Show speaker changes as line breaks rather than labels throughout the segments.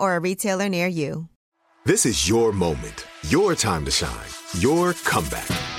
or a retailer near you.
This is your moment, your time to shine, your comeback.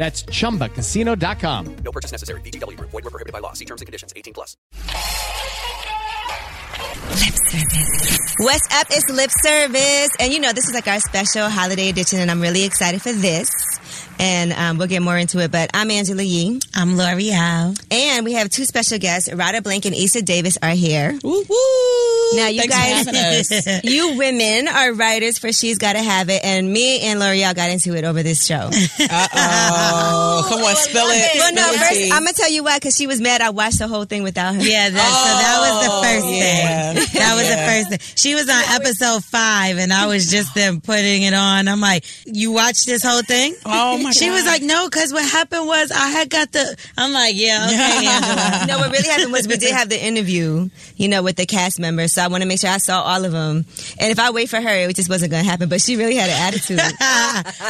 That's ChumbaCasino.com.
No purchase necessary. BGW. Void were prohibited by law. See terms and conditions. 18 plus.
Lip service. What's up? It's lip service. And you know, this is like our special holiday edition, and I'm really excited for this. And um, we'll get more into it. But I'm Angela Yee.
I'm L'Oreal.
And we have two special guests, Rada Blank and Issa Davis, are here.
Woo woo!
Now, you
Thanks for
guys,
having us.
you women are writers for She's Gotta Have It. And me and L'Oreal got into it over this show.
Oh, come on, spill it.
well, no,
Spill it,
first,
tea.
I'm going to tell you why, because she was mad I watched the whole thing without her.
Yeah, that, so that was the first
Oh, yeah.
thing. That was the first thing. She was on episode five, and I was just them putting it on. I'm like, you watched this whole thing?
Oh, my
She was
God.
like, no, because what happened was I had got the. I'm like, yeah, okay, Angela.
no, what really happened was we did have the interview, you know, with the cast members. So I want to make sure I saw all of them. And if I wait for her, it just wasn't going to happen. But she really had an attitude about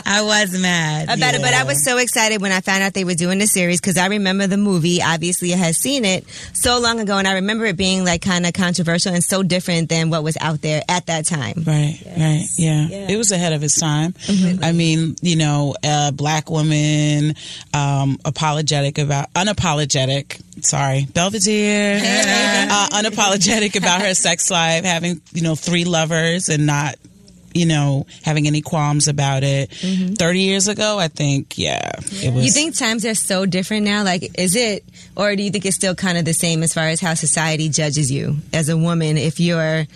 I was mad.
it. But I was so excited when I found out they were doing the series because I remember the movie. Obviously, I had seen it so long ago, and I remember it being like kind of controversial and so different than what was out there at that time.
Right, right, yeah. It was ahead of its time. I mean, you know, a black woman, um, apologetic about, unapologetic, sorry, Belvedere, uh, unapologetic about her sex life, having, you know, three lovers and not, you know, having any qualms about it. 30 years ago, I think, yeah, it was.
You think times are so different now? Like, is it, or do you think it's still kind of the same as far as how society judges you as a woman if you're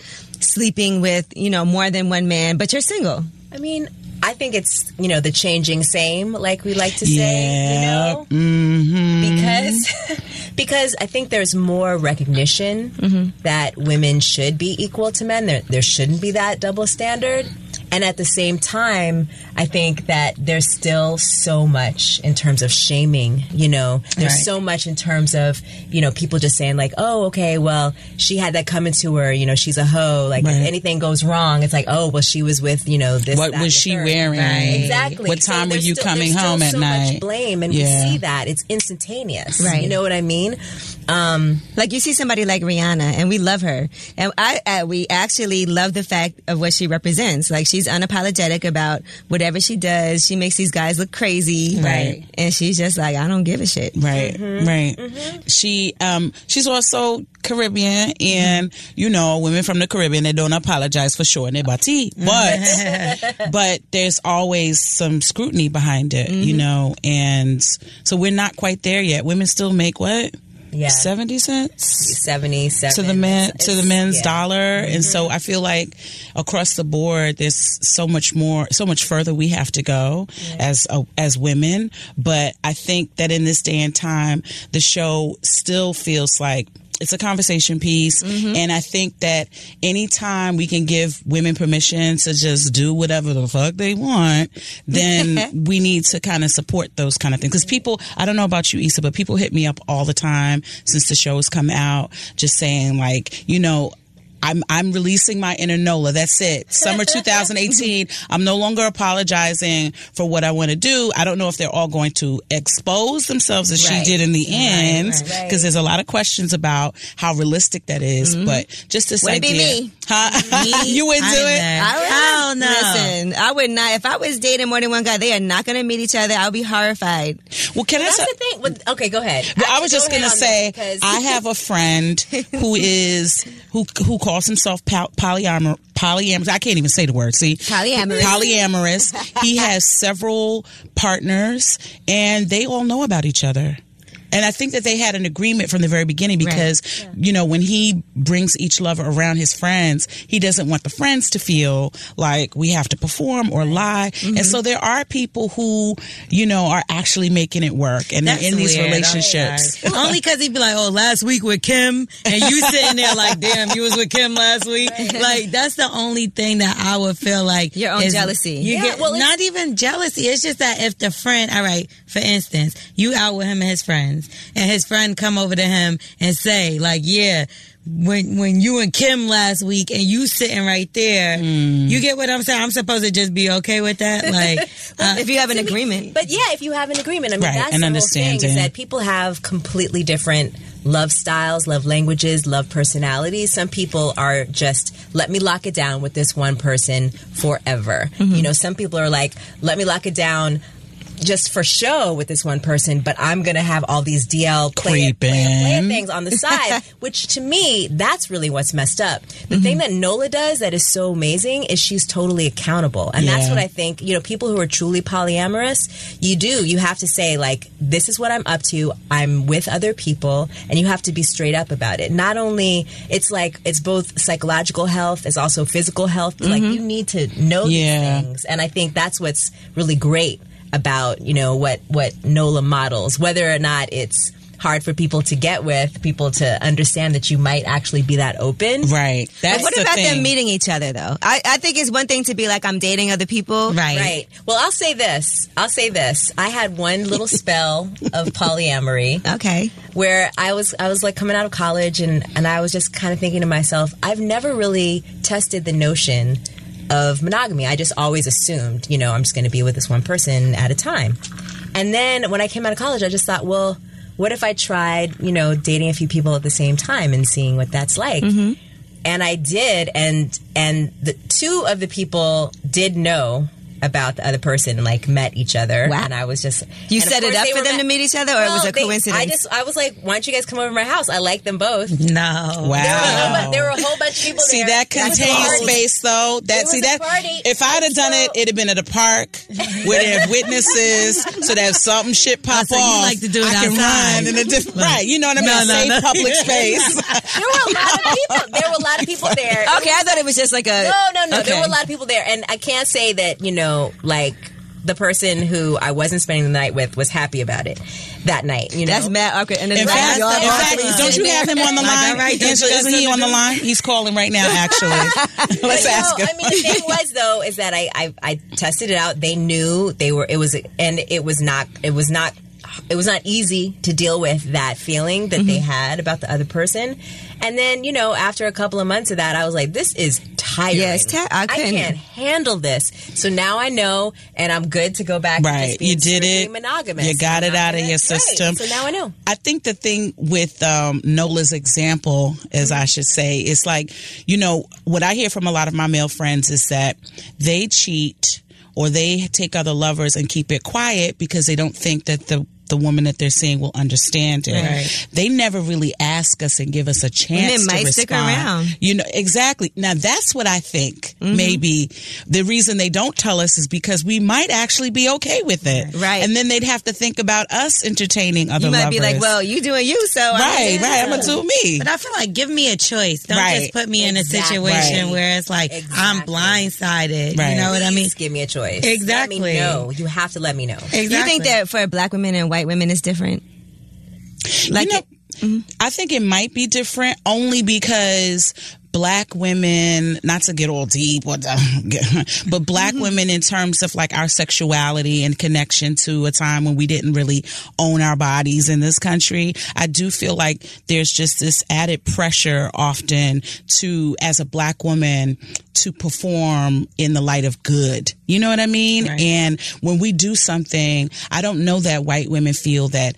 sleeping with, you know, more than one man, but you're single?
I mean, I think it's, you know, the changing same, like we like to say, you know?
Mm-hmm.
Because because I think there's more recognition
Mm-hmm.
that women should be equal to men. There there shouldn't be that double standard. And at the same time, I think that there's still so much in terms of shaming, you know. There's
Right.
so much in terms of, you know, people just saying like, "Oh, okay, well, she had that coming to her, you know, she's a hoe." Like
Right.
if anything goes wrong, it's like, "Oh, well, she was with, you know, this
what
that, and
was
the
she
third.
wearing?
Exactly.
What
So
time were
there's
you
still-
coming
there's still
home at
so
night?
Much blame, and
Yeah.
we see that it's instantaneous.
Right.
You know what I mean? Um,
Like you see somebody like Rihanna, and we love her, and I uh, we actually love the fact of what she represents. Like she's unapologetic about whatever she does. She makes these guys look crazy,
Right.
And she's just like, I don't give a shit.
Right, right. She um she's also Caribbean and you know, women from the Caribbean they don't apologize for showing their body. But but there's always some scrutiny behind it, you know, and so we're not quite there yet. Women still make what?
yeah,
70 cents
seventy-seven
to the men to the men's
yeah.
dollar and so i feel like across the board there's so much more so much further we have to go as uh, as women but i think that in this day and time the show still feels like it's a conversation piece and i think that anytime we can give women permission to just do whatever the fuck they want then we need to kind of support those kind of things because people i don't know about you Issa, but people hit me up all the time since the show has come out just saying like you know I'm I'm releasing my inner Nola. That's it. Summer 2018. I'm no longer apologizing for what I want to do. I don't know if they're all going to expose themselves as she
Right.
did in the end, because
right.
there's a lot of questions about how realistic that is, But just this
Wouldn't be
idea,
me.
Huh? you wouldn't do it.
I
Hell
would
no.
Listen, I would not. If I was dating more than one guy, they are not going to meet each other. I'll be horrified.
Well, can
That's
I?
the thing. With, okay, go ahead.
Well, I was
Go
just
ahead
gonna
on
say
this because-
I have a friend who is who who calls himself pol- polyamor polyamorous. I can't even say the word. See,
Polyamorous.
Polyamorous. he has several partners, and they all know about each other. And I think that they had an agreement from the very beginning because, you know, when he brings each lover around his friends, he doesn't want the friends to feel like we have to perform or lie.
Mm-hmm.
And so there are people who, you know, are actually making it work and they're
That's
in these
weird.
relationships.
Only because he'd be like, "Oh, last week with Kim," and you sitting there like, "Damn, you was with Kim last week." Like that's the only thing that I would feel like
Your own
is-
jealousy.
You
Yeah,
get
well,
not even jealousy. It's just that if the friend, all right, for instance, you out with him and his friends, and his friend come over to him and say, like, "Yeah." When when you and Kim last week and you sitting right there,
Hmm.
you get what I'm saying. I'm supposed to just be okay with that, like uh,
if you have an agreement.
But yeah, if you have an agreement, I mean,
Right,
that's
and
the whole thing
understanding.
is that people have completely different love styles, love languages, love personalities. Some people are just let me lock it down with this one person forever.
Mm-hmm.
You know, some people are like, let me lock it down. Just for show with this one person, but I'm gonna have all these DL play, play, play
Creeping.
things on the side, which to me, that's really what's messed up. The
Mm-hmm.
thing that Nola does that is so amazing is she's totally accountable. And that's
Yeah.
what I think, you know, people who are truly polyamorous, you do, you have to say, like, this is what I'm up to. I'm with other people, and you have to be straight up about it. Not only, it's like, it's both psychological health, it's also physical health. Like, you need to know
Mm-hmm. Yeah.
these things. And I think that's what's really great about, you know, what, what NOLA models, whether or not it's, Hard for people to get with, people to understand that you might actually be that open.
Right. That's
But what
the
about
thing.
them meeting each other though? I, I think it's one thing to be like I'm dating other people,
right,
Right. Well, I'll say this. I'll say this. I had one little spell of polyamory
Okay,
where I was I was like coming out of college and and I was just kind of thinking to myself, I've never really tested the notion of monogamy. I just always assumed, you know, I'm just going to be with this one person at a time. And then when I came out of college, I just thought, well, what if I tried, you know, dating a few people at the same time and seeing what that's like? and I did, and and the two of the people did know about the other person, and like met each other,
Wow.
and I was just
You
and of
set it
course
up
they
for
were
them
ma-
to meet each other, or it
No,
was a
they-
coincidence?
I just I was like, why don't you guys come over to my house? I like them both.
No,
Wow.
There, were a whole bu- there were a whole bunch of people.
See
there.
that
It was a
contained
party.
space though. That
was
see
a
that
party.
if I'd have done it,
So-
it'd have been at a park where there have witnesses, so that if something shit pop
so you
off,
like to do it
I can
outside.
run in a different right. You know what I mean?
No,
A
no,
safe
no.
public space.
There were a lot of people. There were a lot of people there.
okay. I thought it was just like a
No, no, no. There
Okay.
were a lot of people there, and I can't say that you know, like the person who I wasn't spending the night with was happy about it that night. You know,
That's mad. Okay, and it's
In
like,
fact,
y'all
in
both
fact,
leave.
don't you have him on the
Like,
line?
all right, don't
Angela,
you got
isn't he
something
on
to
the
do?
line? He's calling right now. Actually, let's
But, you
ask
know,
him.
I mean, the thing was though is that I, I I tested it out. They knew they were. It was and it was not. It was not. It was not easy to deal with that feeling that they had about the other person. And then you know, after a couple of months of that, I was like, this is tiring.
Yeah, it's ti- I couldn't-
can't handle this. So now I know, and I'm good to go back. to
Right.
just being
You did
strictly
it.
Monogamous.
You got
I'm
it
not
out of
gonna-
your
Right.
system.
So now I know.
I think the thing with um, Nola's example, as I should say, is like, you know, what I hear from a lot of my male friends is that they cheat or they take other lovers and keep it quiet because they don't think that the the woman that they're seeing will understand it. They never really ask us and give us a chance.
they
to
might stick
respond.
around.
You know, exactly. Now that's what I think
Mm-hmm.
maybe the reason they don't tell us is because we might actually be okay with it.
Right.
And then they'd have to think about us entertaining other
You might be like,
lovers.
well, you doing you, so I-
right, right, I'm gonna do me.
But I feel like give me a choice. Don't
Right.
just put me in a
Exactly.
situation
Right.
where it's like I'm
Exactly.
blindsided.
Right.
You know what I mean?
Please give me a choice. Let
Exactly.
me know. You have to let me know.
Exactly.
You think that for black women and white women is different? Like,
you know, I think it might be different only because black women, not to get all deep, or the- but black women in terms of like our sexuality and connection to a time when we didn't really own our bodies in this country. I do feel like there's just this added pressure often to, as a black woman, to perform in the light of good. You know what I mean? And when we do something, I don't know that white women feel that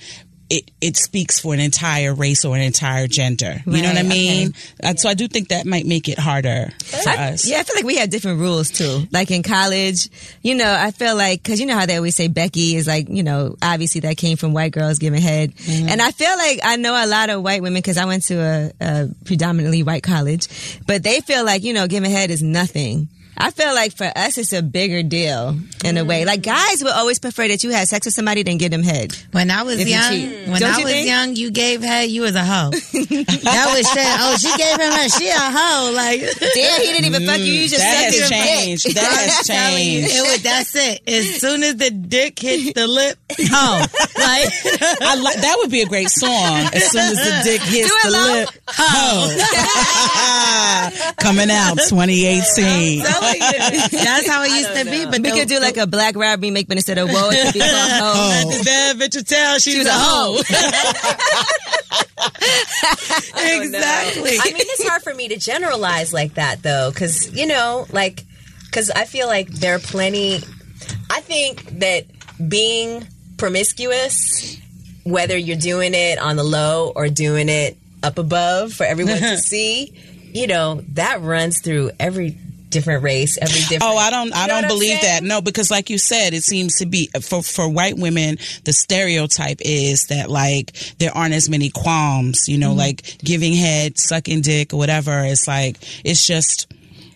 it, it speaks for an entire race or an entire gender. You know what I
Right,
mean? Uh, So I do think that might make it harder for us.
Yeah, I feel like we have different rules too. Like in college, you know, I feel like because you know how they always say Becky is like, you know, obviously that came from white girls giving head,
Mm-hmm.
and I feel like I know a lot of white women because I went to a, a predominantly white college, but they feel like you know giving head is nothing. I feel like for us it's a bigger deal in a way. Like guys would always prefer that you had sex with somebody than give them head.
When I was
If you
young,
cheat.
when
Don't
I
you
was
think?
young, you gave her, you was a hoe. that was shit. Oh, she gave him her, she a hoe. Like Mm,
Damn, he didn't even fuck you. You just
That
sucked
has
your dick.
changed. That has changed.
it was that's it. As soon as the dick hits the lip, hoe. Like
I li- that would be a great song. As soon as the dick hits
it
the
live.
lip, ho. Coming out 2018.
that's how it used to be. But
We could do like a black rap remake, but instead of whoa, it could be called
Oh.
hoe.
That bitch you tell she's,
was a hoe.
exactly.
I mean, it's hard for me to generalize like that though, because you know, like, because I feel like there are plenty. I think that being promiscuous, whether you're doing it on the low or doing it up above for everyone to see, you know, that runs through every different race, every different.
Oh, I don't, I
know what
don't
I'm
believe that.
saying?
No, because like you said, it seems to be for for white women, the stereotype is that like there aren't as many qualms, you know,
Mm-hmm.
like giving head, sucking dick, or whatever. It's like it's just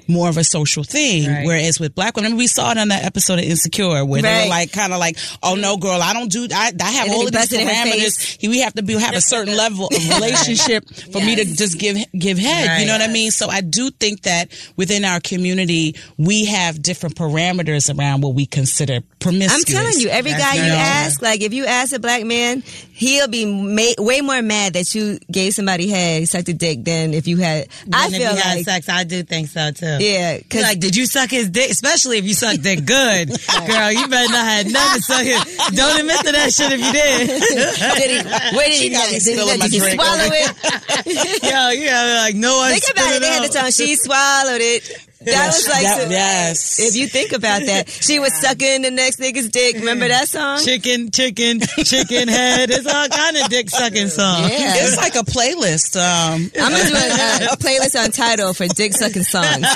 more of a social thing. Whereas with black women, I mean, we saw it on that episode of Insecure where they
Right.
were like, kind of like, oh no, girl, I don't do, I, I have
And then
all
he
of these
busted in her
parameters. He- We have to be have a certain level of relationship for me to just give give head. You know what I mean? So I do think that within our community, we have different parameters around what we consider
I'm
promiscuous.
telling you, every guy you
not all.
ask, like if you ask a black man, he'll be ma- way more mad that you gave somebody head, sucked a dick, than if you had. I
And if
feel
he had
like,
sex, I do think so too.
yeah,
Be
because
like, did you suck his dick? Especially if you sucked dick good, girl. You better not have nothing to suck his. Don't admit to that shit if you did.
did he, where did he,
got me
did he, did
spilling my
he
drink
swallow
over
it?
Yo, you gotta be like, no one.
Think about it. They had the tongue. She swallowed it. That was like,
that-
so-
yes.
If you think about that, she was sucking the next nigga's dick. Remember that song?
chicken, chicken, chicken head. It's all kind of dick sucking songs.
Yeah.
It's like a playlist. Um,
I'm gonna do a, a playlist on title for dick sucking songs.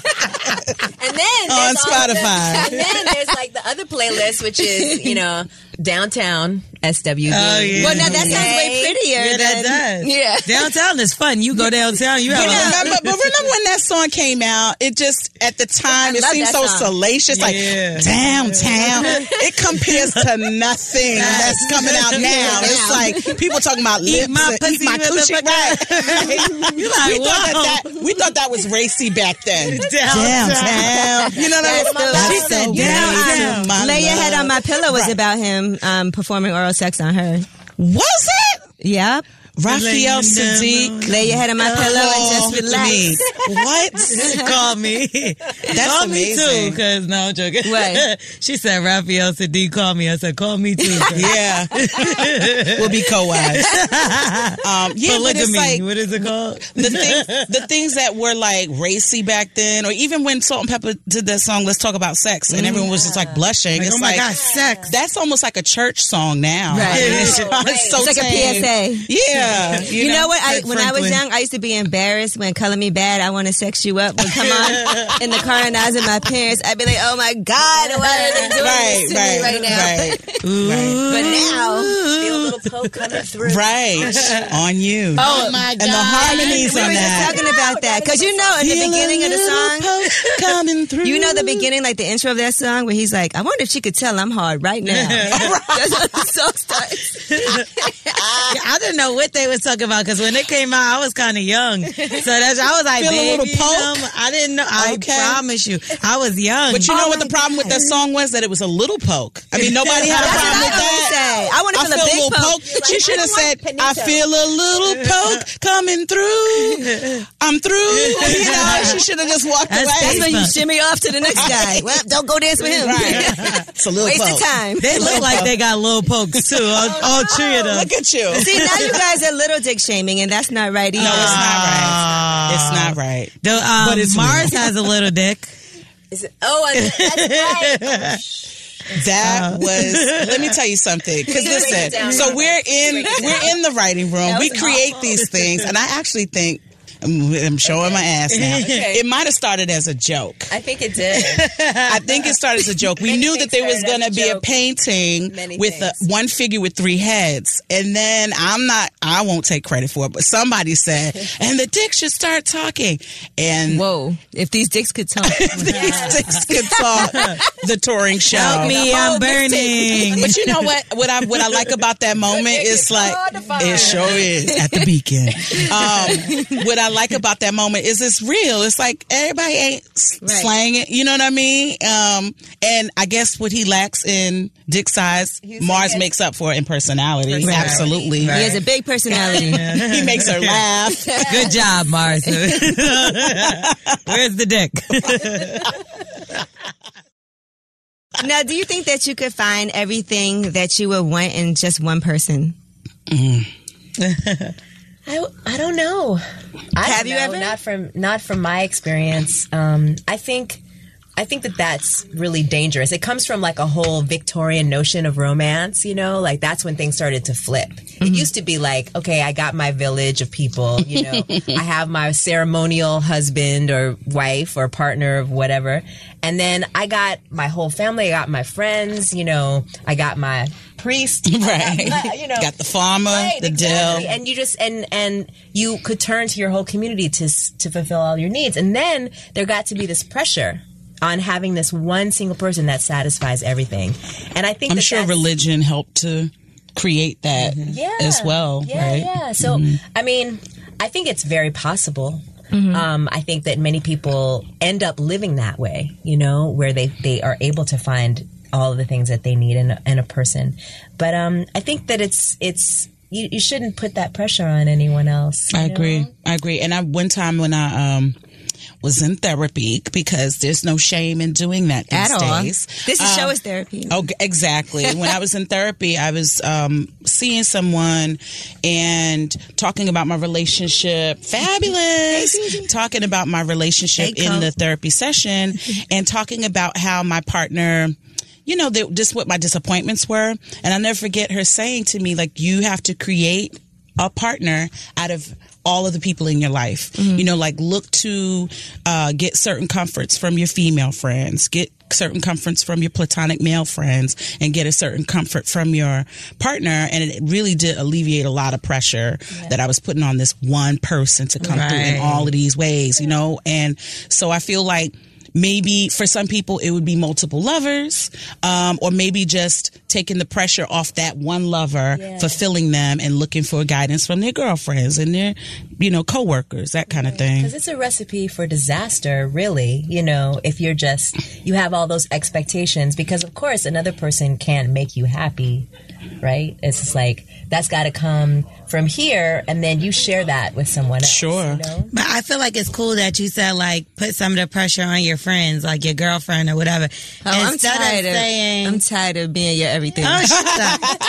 And then
On
there's all of the-
Spotify.
and then there's like the other playlist, which is you know downtown SWV.
Oh, yeah.
Well, now that sounds way
Yay.
prettier.
Yeah, that
than-
does.
Yeah.
Downtown is fun. You go downtown, you have a
remember, but remember when that song came out? It just at the time it
love
seemed
that
so
song.
salacious, like
Yeah.
downtown. It compares to nothing that's coming out now. It's like people talking about lips,
my
and eat
pussy,
my coochie.
motherfucker.
Right?
You like,
we thought that,
wow.
that we thought that was racy back then.
Downtown.
You know
That's
what
the-
I mean?
She
said downtown.
Lay your head on my pillow was
Right.
about him um, performing oral sex on her.
Was it?
Yep.
Raphael Sadiq.
Lay your head on my pillow and just relax.
Oh, Me. What?
Call me.
That's
call me
amazing.
too, cause no, I'm joking.
What?
she said, Raphael Sadiq called me. I said, call me too.
Yeah, we'll be co-wives. Um, yeah, but it's
Polygamy.
like
what is it called?
the things the things that were like racy back then, or even when Salt and Pepper did that song "Let's Talk About Sex,"
Mm-hmm.
and everyone was just like blushing. it's
oh my
like,
God, sex.
That's almost like a church song now.
Right.
Like, it's
Oh, right.
so
It's like a
tame.
PSA.
Yeah,
You, know, what? I,
Fred
when I was
Franklin.
young, I used to be embarrassed when "Color Me Bad," I want to sex you up would come on in the car, and I was with my parents. I'd be like, "Oh my God, why are they doing
Right,
this to
right,
me right now?"
right, right,
But now,
Feel a little poke coming through.
right. on you.
Oh my
and the harmonies
we
on
were just
that.
talking about that because you know, in the
Feel a
beginning of the song,
little poke coming through.
You know the beginning, like the intro of that song, where he's like, "I wonder if she could tell I'm hard right now." That's how the song starts.
I didn't know what they was talking about because when it came out, I was kind of young. So that's I was like,
Feel a
baby,
little
you know,
poke?
I didn't know. I
Okay.
promise you, I was young.
But you know what the problem with that song was? That it was a little poke. I mean, nobody had a
That's what
problem
I
with that.
always say. I wanna feel a big
little
poke. You're
she
like, I
should have
don't
said,
want
"I
Panito."
feel a little poke coming through. I'm through." You know, she should have just walked
That's
away.
Facebook. That's when you
shimmy off to the next guy. Well, don't go dance with him.
Right. It's a little
Waste
poke. Oh,
of time.
They look like they got little pokes too. All, all three of them.
Look at you.
See, now you guys are little dick shaming, and that's not right either.
No, it's not right. It's not right.
The, um,
But it's
Mars has a little dick.
Is it, oh, I- that's right.
That was. Let me tell you something. Because
Break it
listen,
down.
so we're in we're in the writing room.
That
We
was
create
awful.
these things, and I actually think I'm I'm showing my ass now.
Okay.
It might have started as a joke.
I think it did.
I think it started as a joke. We
Many
knew that there
things
was
started
going to
as a
be a
joke.
painting
Many
with a,
things.
one figure with three heads, and then I'm not. I won't take credit for it, but somebody said, and the dick should start talking. And
Whoa. If these dicks could talk.
these dicks could talk. the touring show.
Help me, I'm burning.
But you know what? What I what I like about that moment is like it sure is at the beacon. Um, what I like about that moment is it's real. It's like everybody ain't s slang it. You know what I mean? Um, and I guess what he lacks in dick size, Mars makes up for it in personality. Absolutely,
He has a big personality.
he makes her laugh.
Good job, Mars. Where's the dick?
Now, do you think that you could find everything that you would want in just one person?
I, I don't know. I
Have
don't
you
know,
ever?
Not from not from my experience. Um, I think I think that that's really dangerous. It comes from like a whole Victorian notion of romance. You know, like that's when things started to flip.
Mm-hmm.
It used to be like, okay, I got my village of people. You know, I have my ceremonial husband or wife or partner of whatever, and then I got my whole family. I got my friends. You know, I got my priest. I got my-
Right.
you know,
Got the farmer,
Right,
the
exactly.
dill.
and you just and and you could turn to your whole community to s- to fulfill all your needs, and then there got to be this pressure on having this one single person that satisfies everything, and I think
I'm
that
sure
that's-
religion helped to create that
yeah,
as well.
Yeah,
right? Mm-hmm.
yeah. So I mean, I think it's very possible. Um, I think that many people end up living that way, you know, where they they are able to find all of the things that they need in a, in a person. But um, I think that it's it's you, you shouldn't put that pressure on anyone else.
I
you know?
agree. I agree. And I one time when I um was in therapy because there's no shame in doing that these
At all.
days.
This is show is therapy.
Oh, exactly. when I was in therapy, I was um, seeing someone and talking about my relationship. Fabulous. talking about my relationship in the therapy session and talking about how my partner. You know, that just what my disappointments were. And I'll never forget her saying to me, like, you have to create a partner out of all of the people in your life. You know, like look to uh, get certain comforts from your female friends, get certain comforts from your platonic male friends, and get a certain comfort from your partner. And it really did alleviate a lot of pressure that I was putting on this one person to come through in
Right.
all of these ways, you know? And so I feel like maybe for some people it would be multiple lovers um, or maybe just taking the pressure off that one lover fulfilling them and looking for guidance from their girlfriends and their you know coworkers that kind of thing
Because it's a recipe for disaster, really, you know, if you're just, you have all those expectations, because of course another person can't make you happy, right? It's just like, that's got to come from here, and then you share that with someone else.
Sure.
You know?
But I feel like it's cool that you said like put some of the pressure on your friends, like your girlfriend or whatever.
Oh, I'm
Instead
tired
of
of
saying,
I'm tired of being your everything.
Ah,
"Oh, shut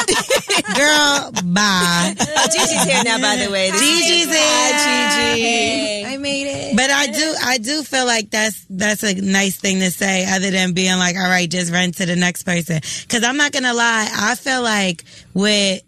up. girl, bye."
Gigi's here now, by the way. This is-
Gigi's here.
I made it.
But I do, I do feel like that's that's a nice thing to say, other than being like, "All right, just run to the next person." Because I'm not gonna lie, I feel like with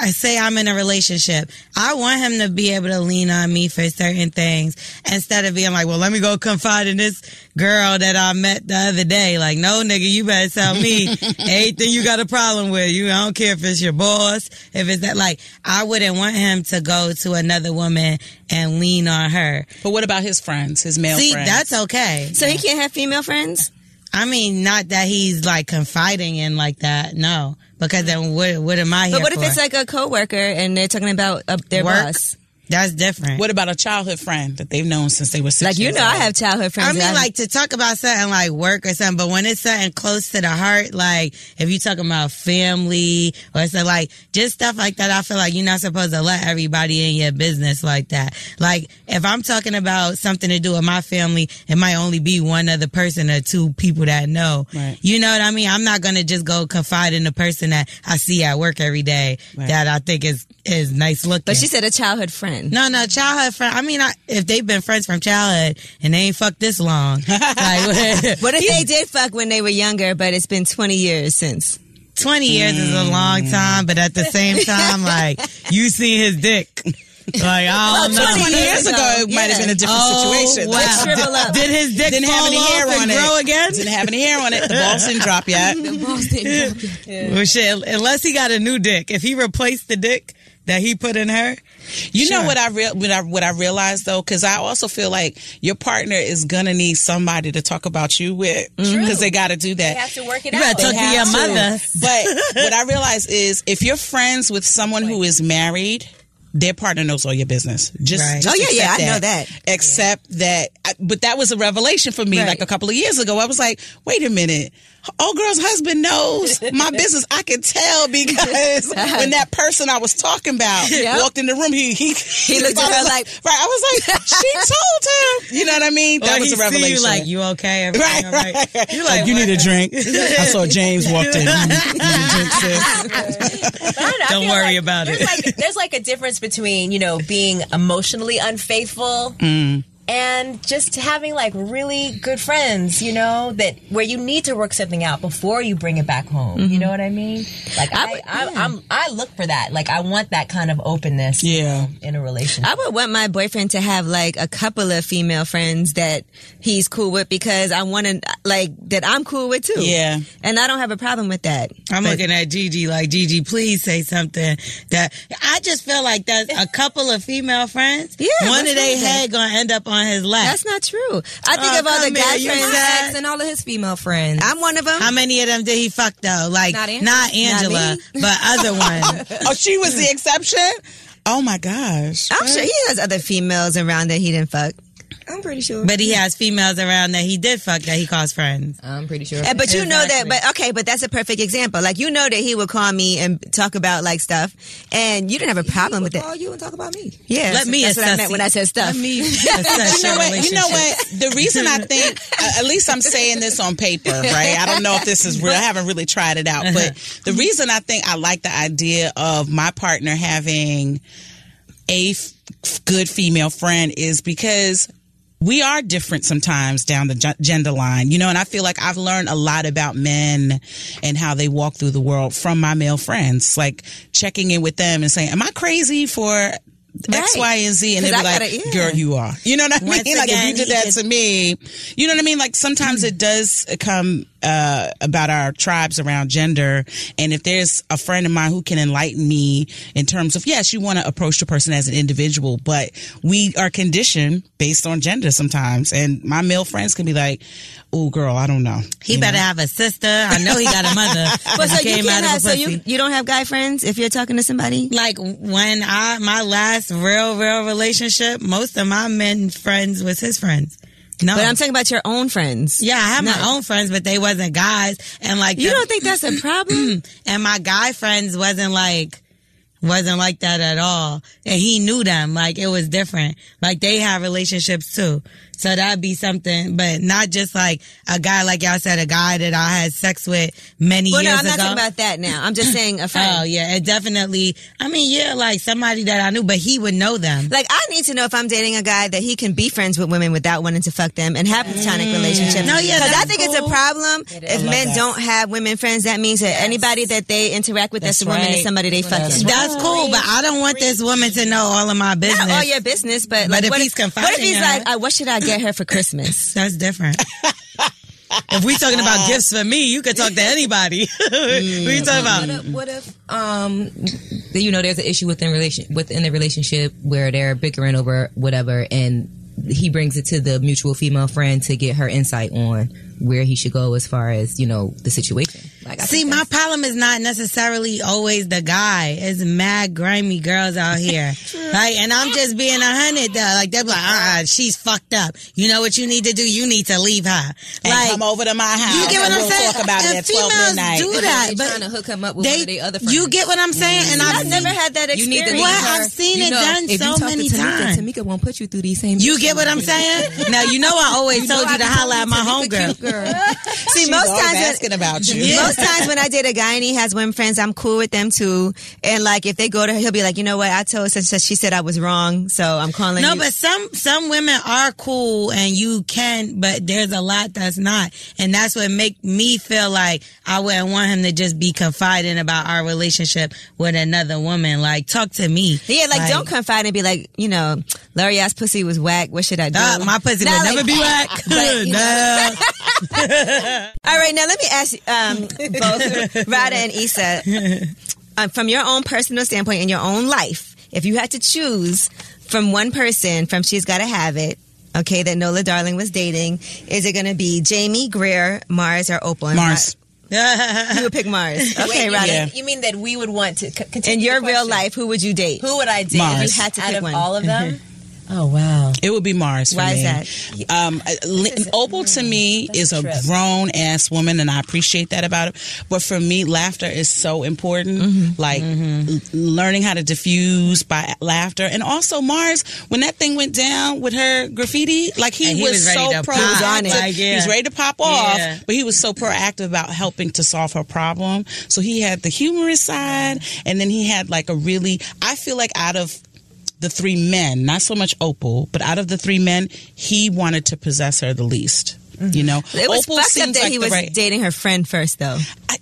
I say I'm in a relationship, I want him to be able to lean on me for certain things instead of being like, "Well, let me go confide in this girl that I met the other day." Like, no, nigga, you better tell me anything you got a problem with. You, I don't care if it's your boss, if it's that. Like, I wouldn't want him to go to another woman and lean on her.
but what about his friends his male
See,
friends
that's okay.
so he can't have female friends?
I mean, not that he's like confiding in like that, no. Because then what? What am I here
But what if
for?
it's like a coworker and they're talking about uh, their
Work?
boss?
That's different.
What about a childhood friend that they've known since they were six?
Like you
years
know, I
old?
have childhood friends.
I mean,
that
like to talk about something like work or something, but when it's something close to the heart, like if you talking about family or something like just stuff like that, I feel like you're not supposed to let everybody in your business like that. Like if I'm talking about something to do with my family, it might only be one other person or two people that know.
Right.
You know what I mean? I'm not gonna just go confide in the person that I see at work every day that I think is is nice looking.
but she said a childhood friend.
No, no, childhood friend. I mean, I, if they've been friends from childhood and they ain't fucked this long, like
What if they did fuck when they were younger, but it's been 20 years since?
twenty years is a long time. But at the same time, like you seen his dick, like I don't know.
20
Twenty years ago, it might have been a different
Oh,
situation.
wow.
Let's
Shrivel up.
Did his dick
Didn't have
fall
any hair
off
on
and
it.
grow again?
Didn't have any hair on it. The balls didn't drop yet.
Well, shit. Unless he got a new dick. If he replaced the dick that he put in her,
You
Sure.
know what I real what I what I realized though, because I also feel like your partner is gonna need somebody to talk about you with, because they got to do that.
You have to work it
you
out.
gotta talk to your
have to.
mother.
But what I realize is if you're friends with someone who is married, their partner knows all your business. Just,
Right.
just
Oh, yeah, yeah,
accept
I know
that. Except that, I- but that was a revelation for me.
Right.
Like a couple of years ago, I was like, wait a minute. Old girl's husband knows my business. I can tell because when that person I was talking about
Yep.
walked in the room, he he, he
looked at
I
her
was
like-
right. I was like, she told him. You know what I mean? That
Or
was
he
a revelation.
See you like you okay? Everything
Right,
all
right.
right. You like,
you
what?
need a drink. I saw James walked in. You need- you need a drink, sis.
But I know, I
Don't
feel
worry
like
about
there's
it.
Like, there's like a difference between you know being emotionally unfaithful and just having like really good friends. You know that where you need to work something out before you bring it back home. You know what I mean? Like I, I, I'm, I look for that. Like I want that kind of openness.
Yeah.
in a relationship.
I would want my boyfriend to have like a couple of female friends that he's cool with because I want to like that I'm cool with too.
Yeah.
and I don't have a problem with that.
I'm looking at Gigi like Gigi, please say something that I just feel like that's a couple of female friends.
Yeah,
one
what's
of they
wrong with
head gonna end up on his lap.
That's not true. I think
Oh,
of all the
come here,
guy
you
friends.
sad.
and all of his female friends. I'm one of them.
How many of them did he fuck though? Like
Not
not
Angela.
Angela,
Not me.
but other one.
Oh, she was the exception? Oh my gosh.
I'm sure he has other females around that he didn't fuck. I'm pretty sure.
but he has females around that he did fuck that he calls friends.
I'm pretty sure.
Uh, But you know that,
Exactly.
but okay, but that's a perfect example. Like you know that he would call me and talk about like stuff, and you didn't have a problem with that.
you and talk about me.
Yeah,
Let me
That's what I
assess
meant
it.
when I said stuff.
Let me
You
assess
know
your
what? You know
relationship.
what? The reason I think, uh, at least I'm saying this on paper, right? I don't know if this is real. I haven't really tried it
Uh-huh.
out, but the reason I think I like the idea of my partner having a f- good female friend is because we are different sometimes down the gen- gender line, you know, and I feel like I've learned a lot about men and how they walk through the world from my male friends, like checking in with them and saying, Am I crazy for X,
Right.
Y, and Z? And
'Cause
they'd be
I
like,
gotta- yeah.
Girl, you are. You know what I mean?
Once
like, if you
again,
did
he
that
gets-
to me, you know what I mean? Like, sometimes it does come uh, about our tribes around gender. And if there's a friend of mine who can enlighten me in terms of, yes, you want to approach the person as an individual, but we are conditioned based on gender sometimes. And my male friends can be like, oh, girl, I don't know.
He better have a sister. I know he got a mother.
But so
He
you
came out
can't
of a
have, so
pussy.
you you don't have guy friends if you're talking to somebody.
like when I my last real real relationship, most of my men friends was his friends. No,
But I'm talking about your own friends.
yeah, I had my own friends, but they wasn't guys, and like
You
the-
don't think that's a problem?
and my guy friends wasn't like wasn't like that at all. And he knew them. Like it was different. Like they have relationships too. So that'd be something, but not just like a guy, like y'all said, a guy that I had sex with many
well, no,
years
I'm not
ago.
talking about that now. I'm just saying a friend.
Oh yeah, it definitely. I mean, yeah, like somebody that I knew, but he would know them.
Like I need to know if I'm dating a guy that he can be friends with women without wanting to fuck them and have platonic relationships.
Mm. No, yeah,
because I
that's
think it's a
cool.
problem if men don't have women friends. That means that anybody that they interact with that's, a woman is
right.
somebody they fucking.
That's cool, but I don't want this woman to know all of my business.
Not all your business, but, like,
if
what,
he's
what if
confiding
he's
in
like,
her-
uh, "What should I get her for Christmas?"
That's different. if we talking about gifts for me, you could talk to anybody. what you talking about?
Mm.
What if, what if um, you know, there's an issue within relation within the relationship where they're bickering over whatever, and he brings it to the mutual female friend to get her insight on where he should go as far as you know the situation.
Like, I
See,
think
my
that's-
problem is not necessarily always the guy. It's mad grimy girls out here, right? And I'm just being a hundred. though. Like they're like, uh, uh she's fucked up. You know what you need to do? You need to leave her.
and
like,
come over to my house.
you get what
and
I'm
we'll
saying?
Talk about
and
it at
females
twelve midnight.
do that,
They're trying to
but
hook him up with one
they,
of their other friends.
you get what I'm saying? And I've
I've never
seen-
had that experience.
You need to leave
Well,
her.
I've seen
You
it
know,
done
if
so
you talk
many
to Tamika,
times.
Tamika won't put you through these same.
You get what I'm saying? Now you know I always
You know
told
I
you to
be
holler at
telling
my
Tamika,
homegirl.
cute girl.
See, most
Always
times, when,
asking about you.
most times when I date a guy and he has women friends, I'm cool with them too. And like, if they go to, he'll be like, you know what? I told such and such. She said I was wrong, so I'm calling.
No,
you.
but some some women are cool and you can, but there's a lot that's not, and that's what make me feel like I wouldn't want him to just be confiding about our relationship with another woman. Like, talk to me.
Yeah, like, don't confide and be like, you know, Larry ass pussy was whack. What should I do?
Uh, my pussy
Not
will
like-
never be whack.
But, you
no.
All right, now let me ask um, both Rada and Issa, uh, from your own personal standpoint in your own life, if you had to choose from one person from She's Gotta Have It, okay, that Nola Darling was dating, is it going to be Jamie, Greer, Mars, or Opal? And
Mars.
Ra- you would pick Mars. Okay,
Wait,
Rada.
Yeah.
You mean that we would want to c- continue
In your
the
real
question.
life, who would you date?
Who would I date?
Mars.
You had to
out
pick
of
one.
all of them. oh wow.
It would be Mars. For
Why
me.
is
that? Um, Li- Opal to me is a grown ass woman, and I appreciate that about it. But for me, laughter is so important.
Mm-hmm.
Like l- learning how to diffuse by laughter, and also Mars. When that thing went down with her graffiti, like he,
And he
was,
was ready
so
to pop.
proactive.
He was on it. Like, yeah.
He was ready to pop off,
Yeah.
but he was so proactive about helping to solve her problem. So he had the humorous side, and then he had like a really. I feel like out of the three men, not so much Opal, but out of the three men, he wanted to possess her the least. You know,
Mm-hmm. It was
Opal
fucked up
seems
that
like
he
the
was
right.
dating her friend first, though.
I-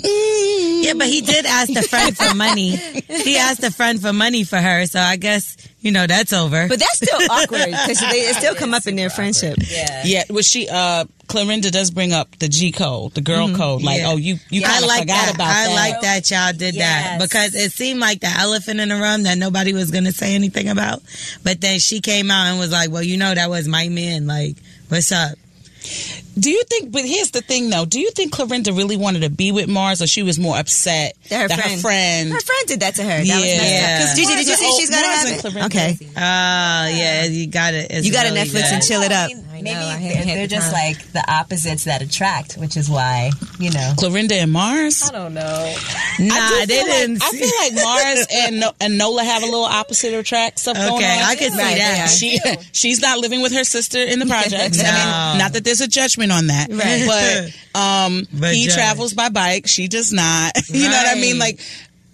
Mm.
Yeah, but he did ask the friend for money. He asked the friend for money for her, so I guess you know that's over.
But that's still awkward because they it still come up in their friendship.
Yeah.
Yeah, well, she uh, Clarinda does bring up the G code, the girl
Mm-hmm.
code. Like,
Yeah.
oh, you you
I
kind of
like
forgot
that.
about
I
that.
like that y'all did that
Yes.
because it seemed like the elephant in the room that nobody was gonna say anything about. But then she came out and was like, "Well, you know that was my man. Like, what's up?"
Do you think? But here's the thing, though. Do you think Clarinda really wanted to be with Mars, or she was more upset
That her friend-
friend-
Her friend did that to her. That was
Yeah.
messed up. 'Cause Gigi, did you see
Oh,
she's gonna
Mars
have
and
it?
Clarinda.
Okay,
Oh yeah, you got it. It's
you got to
really
Netflix and
good.
chill it up.
Maybe
I haven't
they're,
had
they're
the
just
time.
like the opposites that attract, which is why you know.
Clarinda and Mars.
I don't know.
Nah,
I do
they
feel like-
didn't.
I
see-
feel like Mars and No- and Nola have a little opposite attract stuff going on.
Okay, I can see
Right,
that.
yeah.
She she's not living with her sister in the projects. I mean, not that there's a judgment on that,
Right.
but um,
But
he
judge.
travels by bike. She does not. You know what I mean?
Right.
Like,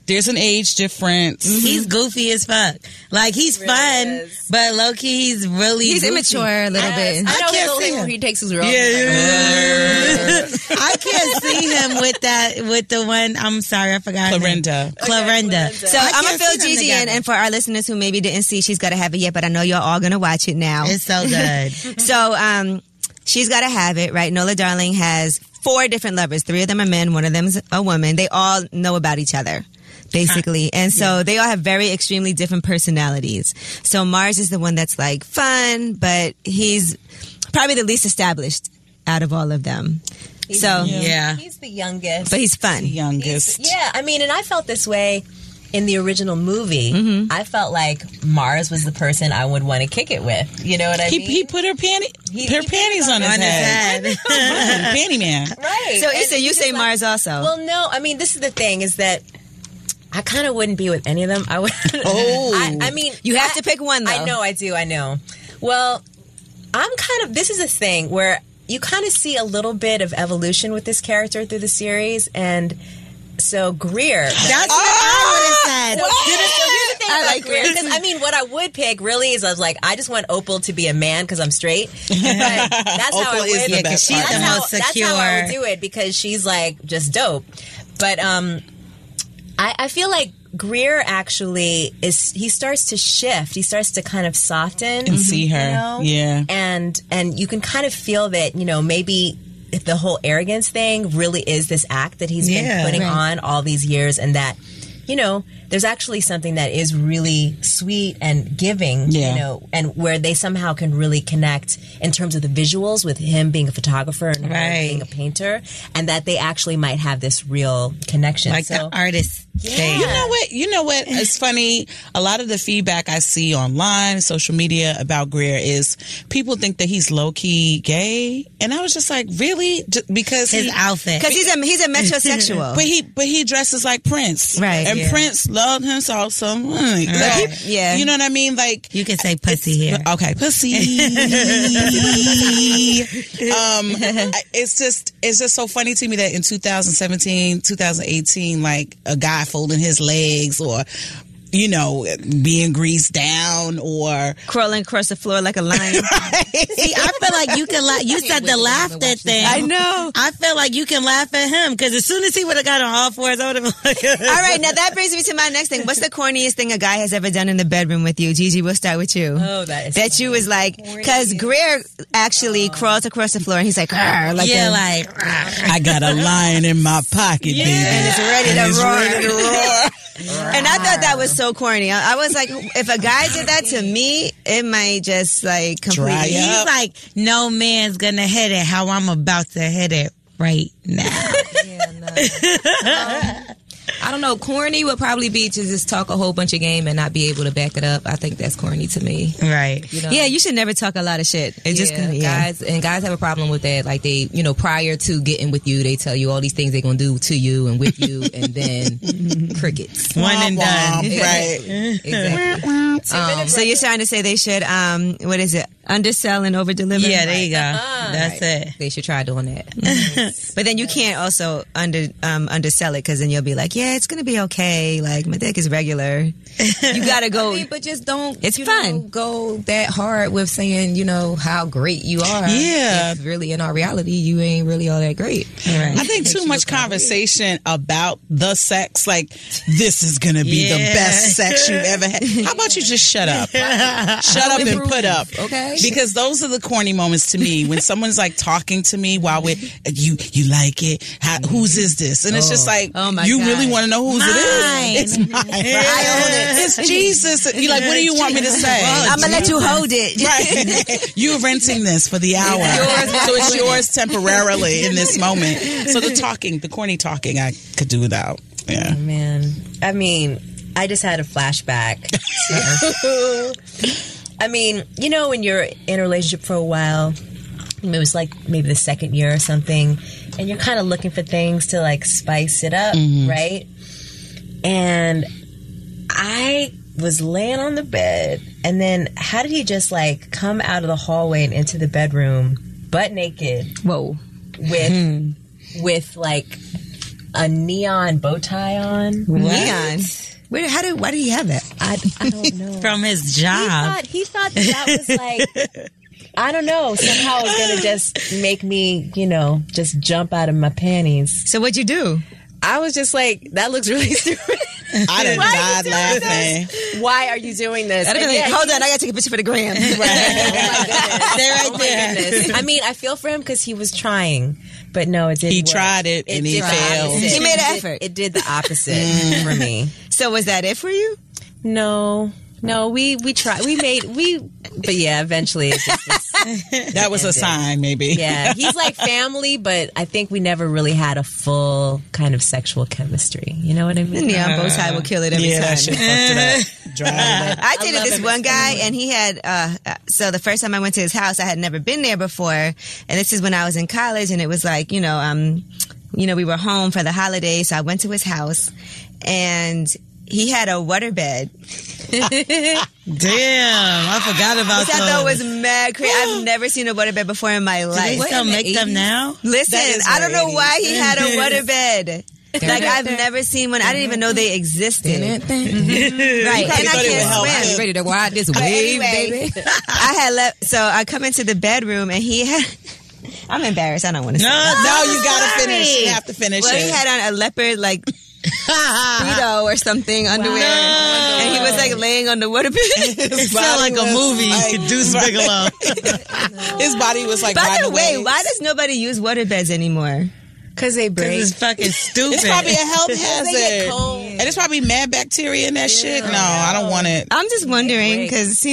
there's an age difference.
He's goofy as fuck. Like he's fun, but low key he's really
He's
goofy.
immature a little bit.
I can't see him.
he takes his role.
Yeah, yeah, yeah. I can't see him with that with the one. I'm sorry, I forgot. her name.
Clarinda.
Clarinda.
So
I
I'm gonna
can't
fill
see them
Gigi in,
together.
and for our listeners who maybe didn't see, she's gotta have it yet. But I know you're all gonna watch it now.
It's so good.
So, um, she's got to have it, right? Nola Darling has four different lovers. Three of them are men. One of them's a woman. They all know about each other, basically. And so they all have very extremely different personalities. So Mars is the one that's like fun, but he's probably the least established out of all of them. So,
yeah.
He's the youngest.
but he's fun.
Youngest.
Yeah, I mean, and I felt this way in the original movie.
Mm-hmm.
I felt like Mars was the person I would want to kick it with. You know what I
He,
mean?
he put her panty,
He-
her
he
panties on his
On his
head.
head.
Panty man.
right.
So
And
Issa, you
it's
say
like-
Mars also.
Well, no. I mean, this is the thing: is that I kind of wouldn't be with any of them. I would.
Oh.
I, I mean,
you have
I-
to pick one though.
I know, I do, I know. Well, I'm kind of. This is a thing where you kind of see a little bit of evolution with this character through the series, and so Greer. Oh!
That's what I would
So
have said.
here's the thing about
like
Greer, 'cause, I mean, what I would pick really is I was like, I just want Opal to be a man because I'm straight. But that's how I
Opal
would.
is the
Yeah, 'cause
best
she's
part.
the
That's
most
how-
secure. That's how I would
secure.
do it because she's like just dope. But um, I, I feel like Greer actually is. He starts to shift. He starts to kind of soften
And see her.
you know?
Yeah.
and and you can kind of feel that you know maybe if the whole arrogance thing really is this act that he's
Yeah.
been putting
Right.
on all these years and that you know there's actually something that is really sweet and giving,
Yeah.
you know, and where they somehow can really connect in terms of the visuals with him being a photographer and her
Right.
being a painter, and that they actually might have this real connection.
like
so,
the artist thing.
You know what? You know what? It's funny. A lot of the feedback I see online, social media about Greer is people think that he's low key gay, and I was just like, really? J- Because
His
he,
outfit.
Because he's a he's a metrosexual.
But he but he dresses like Prince,
Right,
And
yeah.
Prince loved him so awesome. Like,
Right.
so,
Yeah.
you know what I mean? Like
You can say pussy here.
Okay, pussy. um, I- it's just it's just so funny to me that in 2017, 2018, like a guy folding his legs or you know being greased down or
Crawling across the floor like a lion.
See, I feel like you can laugh. You said the laughter thing. I know. I feel like you can laugh at him because as soon as he would have got on all fours, I would have been like,
All
all
right, now that brings me to my next thing. What's the corniest thing a guy has ever done in the bedroom with you? Gigi, we'll start with you.
oh, that is
that you was like, because Greer actually
Uh,
crawls across the floor and he's like, "Grr," like a-
Yeah, like,
I got a lion in my pocket, baby.
and it's ready to roar.
roar.
And I thought that was so corny. I, I was like, if a guy did that to me, it might just like
Dry
completely.
up.
he's like, no man's gonna hit it how I'm about to hit it right now.
I don't know. Corny would probably be to just talk a whole bunch of game and not be able to back it up. I think that's corny to me.
right.
You know?
Yeah, you should never talk a lot of shit. It just
yeah,
yeah.
guys and guys have a problem with that. Like they, you know, prior to getting with you, they tell you all these things they're gonna do to you and with you, and then crickets.
One and done.
Right.
Exactly.
Um, So you're trying to say they should um what is it undersell and overdeliver? Uh-huh.
Yeah, there you go. That's it.
They should try doing that.
But then you can't also under um undersell it because then you'll be like, yeah, it's gonna be okay. Like my dick is regular. You gotta go.
I mean, but just don't.
It's
you
fun.
know, go that hard with saying you know how great you are.
Yeah.
If really in our reality, you ain't really all that great.
I think too much conversation about the sex, like this is gonna be the
Yeah.
best sex you've ever had. How about you just shut up, shut up and put up,
Okay.
Because those are the corny moments to me when someone's like talking to me while we you you like it. How, whose is this? And it's just like
Oh, my
you
God.
really want to know whose it is. It's mine. Right? It's Jesus. You like what do you want me to say?
I'm gonna let you hold it.
Right. You're renting this for the hour. so it's yours temporarily in this moment. So the talking, the corny talking, I could do without. Yeah.
man. I mean, I just had a flashback. I mean, you know, when you're in a relationship for a while, I mean, it was like maybe the second year or something, and you're kind of looking for things to like spice it up,
Mm-hmm.
right? And I was laying on the bed, and then how did he just like come out of the hallway and into the bedroom, butt naked?
Whoa.
with with like a neon bow tie on.
Neon. Where? How do? Why do you have that?
I, I don't know.
From his
he
job.
thought he thought that, that was like I don't know. Somehow it was gonna just make me, you know, just jump out of my panties.
So what'd you do?
I was just like, that looks really stupid.
I done died laughing.
Why are you doing this?
I'd have been
And
like,
yeah,
hold on, I gotta take a picture for the gram.
They're right there. I mean, I feel for him because he was trying, but no, it didn't.
He
work.
tried it, and he
did the
failed. Mm.
opposite.
He made an
It did-
effort.
It did the opposite for me.
so was that it for you?
No, no, we we tried. We made we, but yeah, eventually. It's just,
That was a sign, maybe.
yeah, he's like family, but I think we never really had a full kind of sexual chemistry. You know what I mean?
Neon bow tie will kill it every
Yeah, that
time.
shit fucked it up. Dried it up.
I dated this one guy, and he had. Uh, uh, so the first time I went to his house, I had never been there before, and this is when I was in college, and it was like you know, um, you know, we were home for the holidays, so I went to his house, and he had a waterbed.
Damn, I forgot about
Which I
that.
thought was mad crazy. I've never seen a waterbed before in my
They
life.
still
in the
make them
80s?
now?
Listen, I don't know why he had a waterbed. Like I've
They're-
never seen one. I didn't even know they existed. Right, and I
probably thought it would help.
can't
You
swim.
ready to ride this wave,
anyway,
baby?
I had left, so I come into the bedroom and he had. I'm embarrassed. I don't want to. say
No,
No, you gotta finish. You
Sorry.
have to finish
Well,
it.
he had on a leopard like speedo or something underwear, and he was like laying on the waterbed.
His
Sound
body
like
was
a movie,
like-
Deuce Bigelow.
His body was like.
By the
riding
way,
waves.
why does nobody use waterbeds anymore?
Cause they break.
This is fucking stupid.
It's probably a health
They get
hazard.
cold.
And it's probably mad bacteria in that shit. No, I don't want it.
I'm just wondering because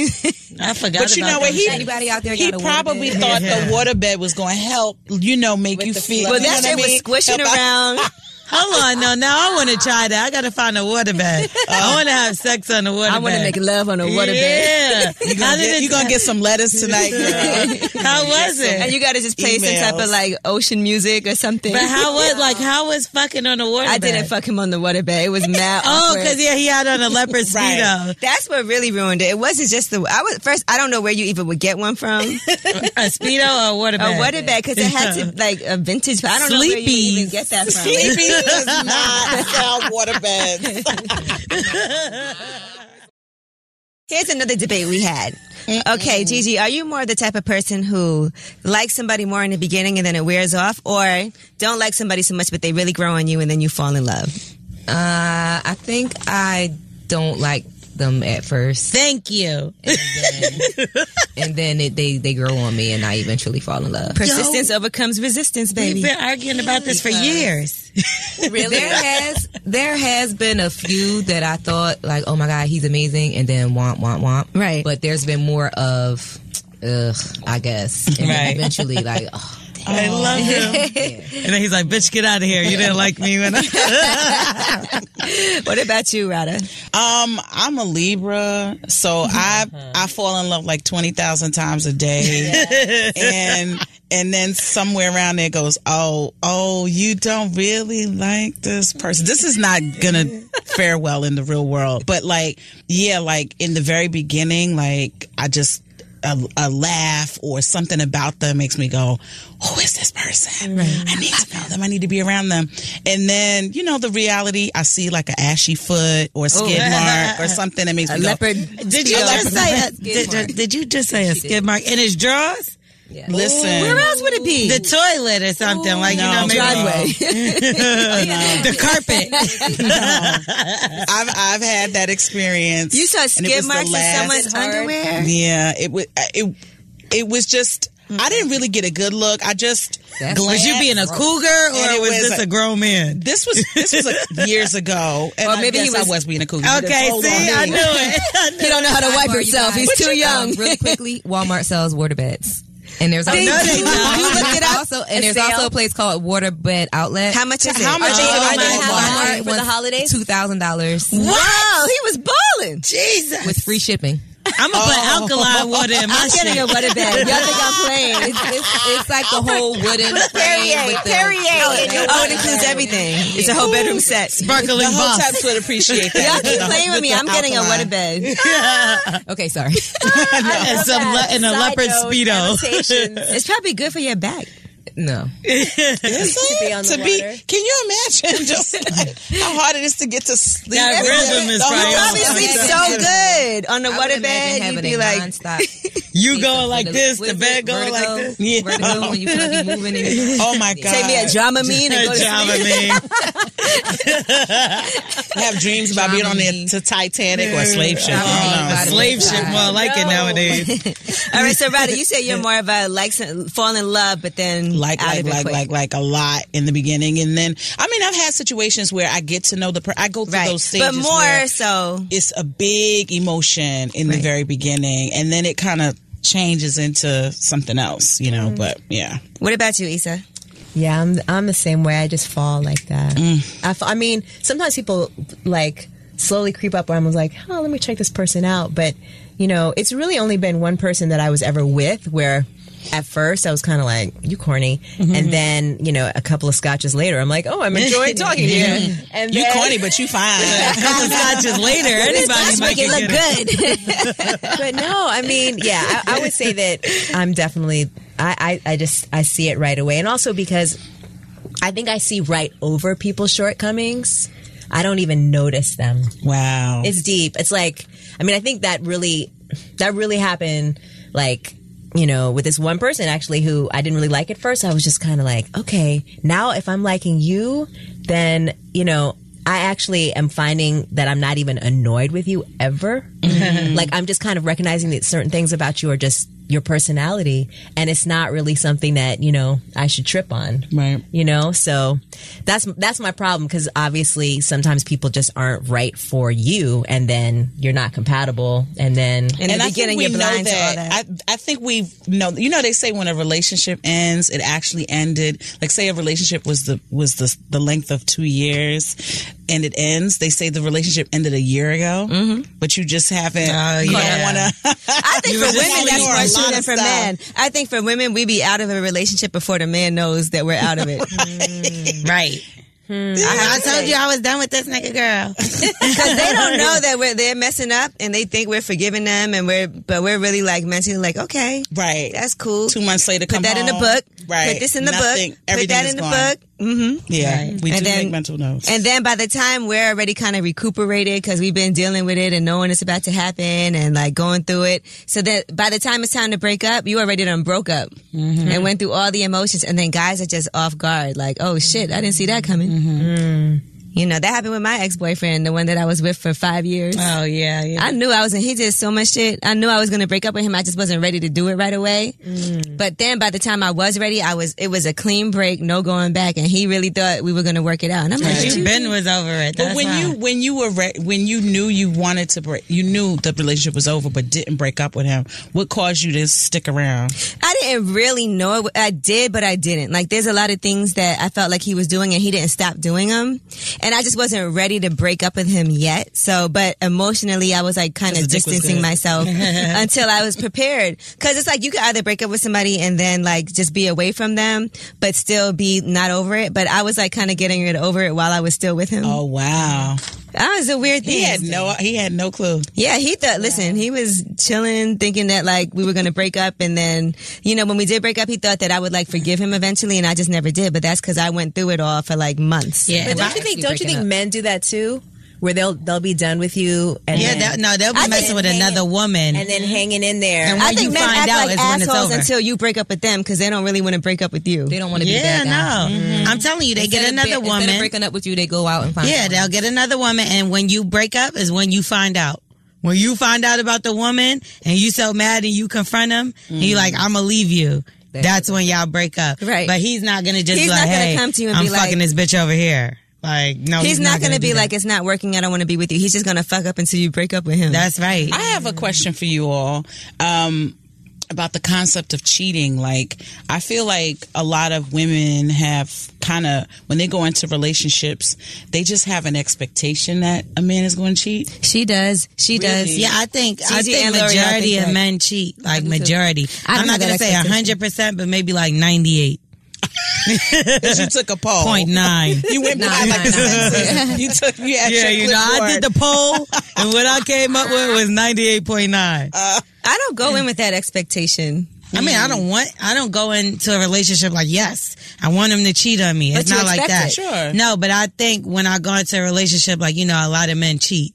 I forgot.
But you know
about
what?
them
He,
shit.
Anybody out there
he
got a
probably
waterbed?
thought the water bed was going to help, you know, make you feel.
but
you
that shit
know what I
was
mean?
squishing
Help out.
around.
Hold on, no, now I want to try that. I got to find a water bed. I want to have sex on a water
I
want to
make love on a water bed.
Yeah,
You gonna get- you going to get some lettuce tonight, girl.
how was
And
it?
you got to just play some type of
Emails.
like ocean music or something.
But how was like how was fucking on the water?
I didn't
Fuck
fuck him on the water bed. It was mad.
oh,
awkward.
because yeah, he had on a leopard speedo,
That's what really ruined it. It wasn't just the. I was first. I don't know where you even would get one from.
a speedo or a water
Oh, A
bed.
water bed because it had to like a vintage. I don't know where you would
Sleepies.
even get that from.
Sleepy does not sell water beds.
Here's another debate we had. Okay, Gigi, are you more the type of person who likes somebody more in the beginning and then it wears off, or don't like somebody so much but they really grow on you and then you fall in love?
Uh, I think I don't like them at first,
Thank you.
and then it, they they grow on me, and I eventually fall in love.
Persistence overcomes resistance, baby.
We've been arguing about this for years.
There has there has been a few that I thought like, oh my god, he's amazing, and then womp womp womp.
Right.
But there's been more of, ugh, I guess, and then
Right.
eventually like, oh,
I love him. And then he's like, "Bitch, get out of here! You didn't like me when I."
What about you, Rada?
Um, I'm a Libra, so I I fall in love like twenty thousand times a day, and and then somewhere around there goes, oh oh, you don't really like this person. This is not gonna fare well in the real world. But like, yeah, like in the very beginning, like I just a, a laugh or something about them makes me go, who is this person? I need to know them. I need to be around them. And then, you know, the reality, I see like an ashy foot or a skid mark or something that makes me go,
Did you just say a, did, did you just say a skid mark in his drawers?
listen.
Where else would it be? The toilet or something like you know maybe
driveway.
Oh, the carpet.
I've, I've had that experience.
You saw
And
skid
it was the
marks in
last-
someone's underwear?
Yeah, it was, it, it was just, I didn't really get a good look. I just,
Was you being a cougar
And
or
it
was
was
this
a-
a grown man?
this was, this was like years ago. And
Or maybe
maybe I
he
guess I
was-
was being a cougar.
Okay,
Hold
see,
on.
I knew it. I knew
He don't know how to wipe
Sidebar, you
himself.
guys.
He's too young.
Um, really quickly, Walmart sells water beds, and there's also,
no, they
you
don't.
looked it up. Also- and there's also a place called Water Bed Outlet.
How much is it?
How much
Oh,
is it?
I
my
didn't have
God.
mine for the holidays.
Two thousand dollars
Wow, he was balling.
Jesus.
with free shipping.
I'm gonna put alkaline water in my
I'm getting a
shit.
water bag. Y'all think I'm playing?
It's, it's, it's like the whole wooden frame with the
Oh, it includes everything. It's a whole bedroom set.
The
Sparkling
whole
boss.
types would appreciate that.
Y'all keep playing with me. I'm getting a
water
water bed.
Okay, sorry.
And some le- and a leopard speedo.
speedo.
It's probably good for your back.
No.
to be on the
to be.
water.
Can you imagine just like, how hard it is to get to sleep?
That rhythm is
Oh,
The whole
probably
Probably
time.
sleep so good on a water bed. You'd be like,
You going like this, the bed going like this.
Yeah. Vertigo when you feel like you're moving. And
Oh my god!
take me a Dramamine and go to sleep.
Dramamine.
Have dreams about being on the
Dramamine.
to Titanic or slave ship. I don't know.
Dramamine.
Oh, Slave ship more like it nowadays.
All right, so Rada, you said you're more of a like fall in love, but then
like
out
like
of it
like
quick.
like like a lot in the beginning, and then I mean I've had situations where I get to know the per- I go through
right.
those stages,
But more
where
so,
it's a big emotion in the very beginning, and then it kind of changes into something else, you know.
Mm-hmm.
But yeah,
what about you, Issa?
Yeah, I'm I'm the same way. I just fall like that. I, f- I mean, sometimes people like slowly creep up where I'm like, oh, let me check this person out. But you know, it's really only been one person that I was ever with where. At first, I was kind of like, "You corny," and then you know, a couple of scotches later, I'm like, "Oh, I'm enjoying talking to you." And
you
then,
corny, but you fine.
Couple scotches later, anybody might
Make it
get
look
it.
good.
but no, I mean, yeah, I, I would say that I'm definitely. I, I I just I see it right away, and also because I think I see right over people's shortcomings. I don't even notice them.
wow.
It's deep. It's like I mean, I think that really that really happened. Like you know, with this one person actually who I didn't really like at first. I was just kind of like, okay, now if I'm liking you, then you know. I actually am finding that I'm not even annoyed with you ever. like I'm just kind of recognizing that certain things about you are just
your personality and it's not really something that you know i should trip on
Right.
you know so that's that's my problem because obviously sometimes people just aren't right for you and then you're not compatible and then
In the
I
beginning,
think
you're
we know
blind to all that.
I, I think we know. You know, they say when a relationship ends, it actually ended. Like, say a relationship was the was the the length of two years, and it ends. They say the relationship ended a year ago, but you just haven't. you
Mm-hmm. Oh, yeah.
don't want to.
I think
You
for
were just
women that's
telling her a
worse
lot
than
of
for
stuff.
men. I think for women we be out of a relationship before the man knows that we're out of it.
Mm.
Hmm.
Right. I, I told you I was done with this nigga girl.
Because they don't know that we're they're messing up and they think we're forgiving them and we're but we're really like mentally like, okay,
Right.
that's cool.
Two months later,
Put
come
that in the
home.
book.
Right.
Put this in the
Nothing-
book. Put
everything
that
is
in the
gone.
book. Mm-hmm.
Yeah, we
And
do
then-
make mental notes.
And then by the time we're already kind of recuperated because we've been dealing with it and knowing it's about to happen and like going through it. So that by the time it's time to break up, you already done broke up and went through all the emotions. And then guys are just off guard, like, oh shit, I didn't see that coming. You know, that happened with my ex boyfriend, the one that I was with for five years.
Oh yeah, yeah.
I knew I was, and he did so much shit. I knew I was gonna break up with him. I just wasn't ready to do it right away. But then by the time I was ready, I was. It was a clean break, no going back, and he really thought we were gonna work it out. And I'm like,
But
"You-
you Ben was over it.
But when you when you were re- when you knew you wanted to break, you knew the relationship was over, but didn't break up with him. What caused you to stick around?
I didn't really know it. I did, but I didn't. Like, there's a lot of things that I felt like he was doing and he didn't stop doing them. And I just wasn't ready to break up with him yet. So, but emotionally, I was like kind of
the dick was
distancing
good.
myself until I was prepared. Cause it's like you could either break up with somebody and then like just be away from them, but still be not over it. But I was like kind of getting rid over it while I was still with him.
Oh wow,
That was a weird thing.
he had no he had no clue.
Yeah, he thought. Listen, he was chilling, thinking that like we were gonna break up, and then you know when we did break up, he thought that I would like forgive him eventually, and I just never did. But that's because I went through it all for like months.
Yeah,
but
if
don't
I
you think
see
don't you
breaking
think
up-
men do that too where they'll they'll be done with you and
yeah,
then,
that, no, they'll be
think
messing with another woman.
and then hanging in there
And
I
when
think
you
men
find
act
out
like
is when it's
assholes
over.
until you break up with them because they don't really want to break up with you.
They don't want to be
yeah,
that guy.
no.
Mm-hmm.
I'm telling you, they get
Instead of
another
be-
woman.
Instead of breaking up with you, they go out and find.
Uh-huh.
Yeah,
someone.
they'll get another woman, and when you break up is when you find out. When you find out about the woman, and you so mad, and you confront him, and you like, "I'm gonna leave you." That's when y'all break up,
Right.
But he's not gonna just
He's
be like,
not gonna
"Hey,
come to you and
I'm
be like-
fucking this bitch over here." Like, no,
He's, not, gonna,
do
be
that.
like it's not working. I don't want to be with you. He's just gonna fuck up until you break up with him.
"That's right."
I have a question for you all um, about the concept of cheating. Like, I feel like a lot of women have kind of, when they go into relationships, they just have an expectation that a man is going to cheat.
she does. She does.
Yeah, I think I
Gigi
think
and Lori, I
majority
think
of
that-
men cheat. Like majority. I'm
don't
not
have that
gonna say hundred percent, but maybe like ninety eight
Because you took a poll.
point nine.
You went by like the census. You took, you had
Yeah,
your
you know, I did
clipboard.
the poll, and what I came up with was ninety eight point nine.
I don't go in with that expectation.
I
Mm.
mean, I don't want, I don't go into a relationship like, yes, I want him to cheat on me.
But
it's
you
not like
expect
that.
it.
Sure.
No, but I think when I go into a relationship, like, you know, a lot of men cheat.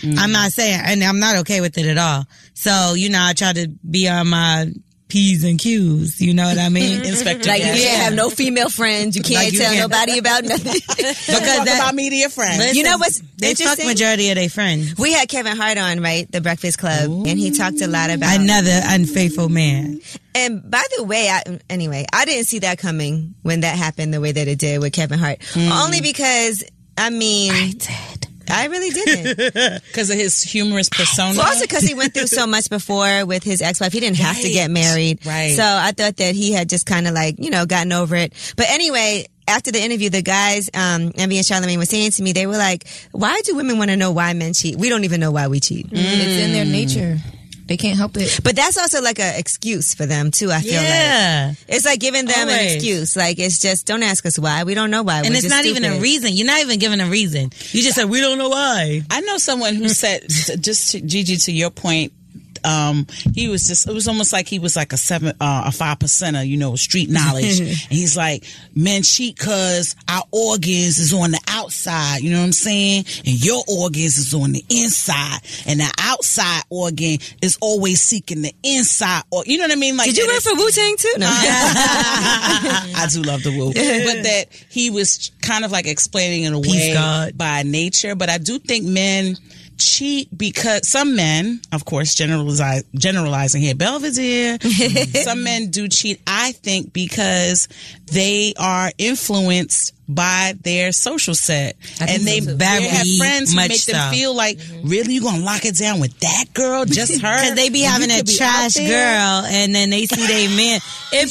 Mm.
I'm not saying, and I'm not okay with it at all. So, you know, I try to be on my P's and Q's. You know what I mean?
Inspector
Like you
Gadget.
can't have no female friends. You can't
Like, you
tell
can't-
nobody about nothing.
because
Talk about
that,
media friends.
listen,
You know what's
they fuck
interesting?
majority of their friends.
We had Kevin Hart on, right? The Breakfast Club. And he talked a lot about.
Another unfaithful man.
And by the way, I, anyway, I didn't see that coming when that happened the way that it did with Kevin Hart.
Hmm.
Only because, I mean. I did. I really didn't.
Because of his humorous persona.
Well, also because he went through so much before with his ex-wife, he didn't have to get
Right.
married.
Right.
So I thought that he had just kind of like you know gotten over it. But anyway, after the interview, the guys, um, Envy and Charlamagne were saying to me, they were like, "Why do women want to know why men cheat? We don't even know why we cheat."
it's in their nature. They can't help it.
But that's also like an excuse for them too. I feel like
Yeah.
it's like giving them an
Always.
excuse. Like it's just don't ask us why. We don't know why.
And it's not even a reason. You're not even giving a reason. You just said, we don't know why.
I know someone who said, just to, Gigi, to your point, um, he was just, it was almost like he was like a seven, uh, a five percenter, you know, street knowledge. and he's like, men cheat cause our organs is on the outside, you know what I'm saying? And your organs is on the inside. And the outside organ is always seeking the inside, or, you know what I mean? Like,
Did you
that
work
it's-
for Wu Tang too? No.
I do love the woo. But that he was kind of like explaining it away
God.
by nature. But I do think men cheat because some men, of course, generalize, generalizing here, Belvid's here. some men do cheat, I think, because they are influenced by their social set. And they, they
Very
have friends who
much
make
so.
them feel like, really, you going to lock it down with that girl, just her?
Cause they be
When you
having a
could be out
trash girl,
there?
and then they see they man. It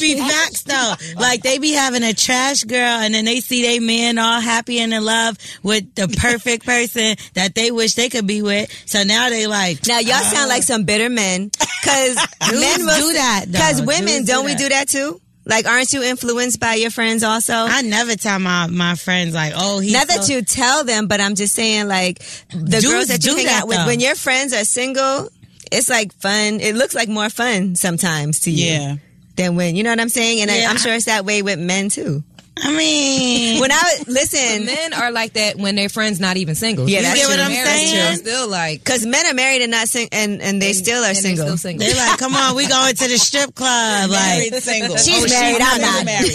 be facts though. Like they be having a trash girl, and then they see they man all happy and in love with the perfect person that they wish they could be with. So now they like
Now y'all sound like some bitter men, because men will
do that, though.
Because women,
Dudes
don't
do
we
that.
do that too? Like, aren't you influenced by your friends also?
I never tell my my friends like, oh, he's
Not that
so-
you tell them, but I'm just saying, like the
Dudes
girls that you
do
hang
that,
out with,
though.
when your friends are single, it's like fun. It looks like more fun sometimes to you
Yeah.
than when you know what I'm saying. And I,
Yeah.
I'm sure it's that way with men too.
I mean,
When I was- listen,
Men are like that when their friends not even single.
Yeah, that's
get what
true.
I'm
Married,
saying.
true.
Still like
because men are married and not sing, and and they still are
and they're
single.
Still single.
they like, come on, we going to the strip club. Like,
Married, single.
She's
Oh,
married, I'm
never
not.
married.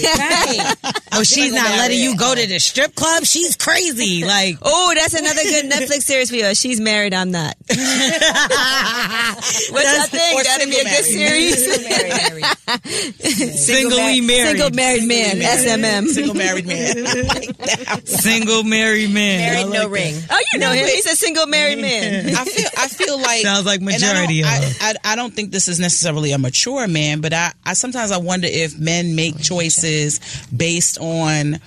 oh, she's not letting you go to the strip club. She's crazy. Like,
Oh, that's another good Netflix series for you. She's married, I'm not. What's that thing?
or
That'd be a
single
good
married.
series.
Singly
ma-
married.
Single married man. SMM.
Single married man.
single married man.
Married, no ring.
Oh, you know him. He's a single married man.
I feel I feel like
Sounds like
and I
majority
don't-
of
I,
them.
I, I don't think this is necessarily a mature man, but I, I sometimes I wonder if men make choices based on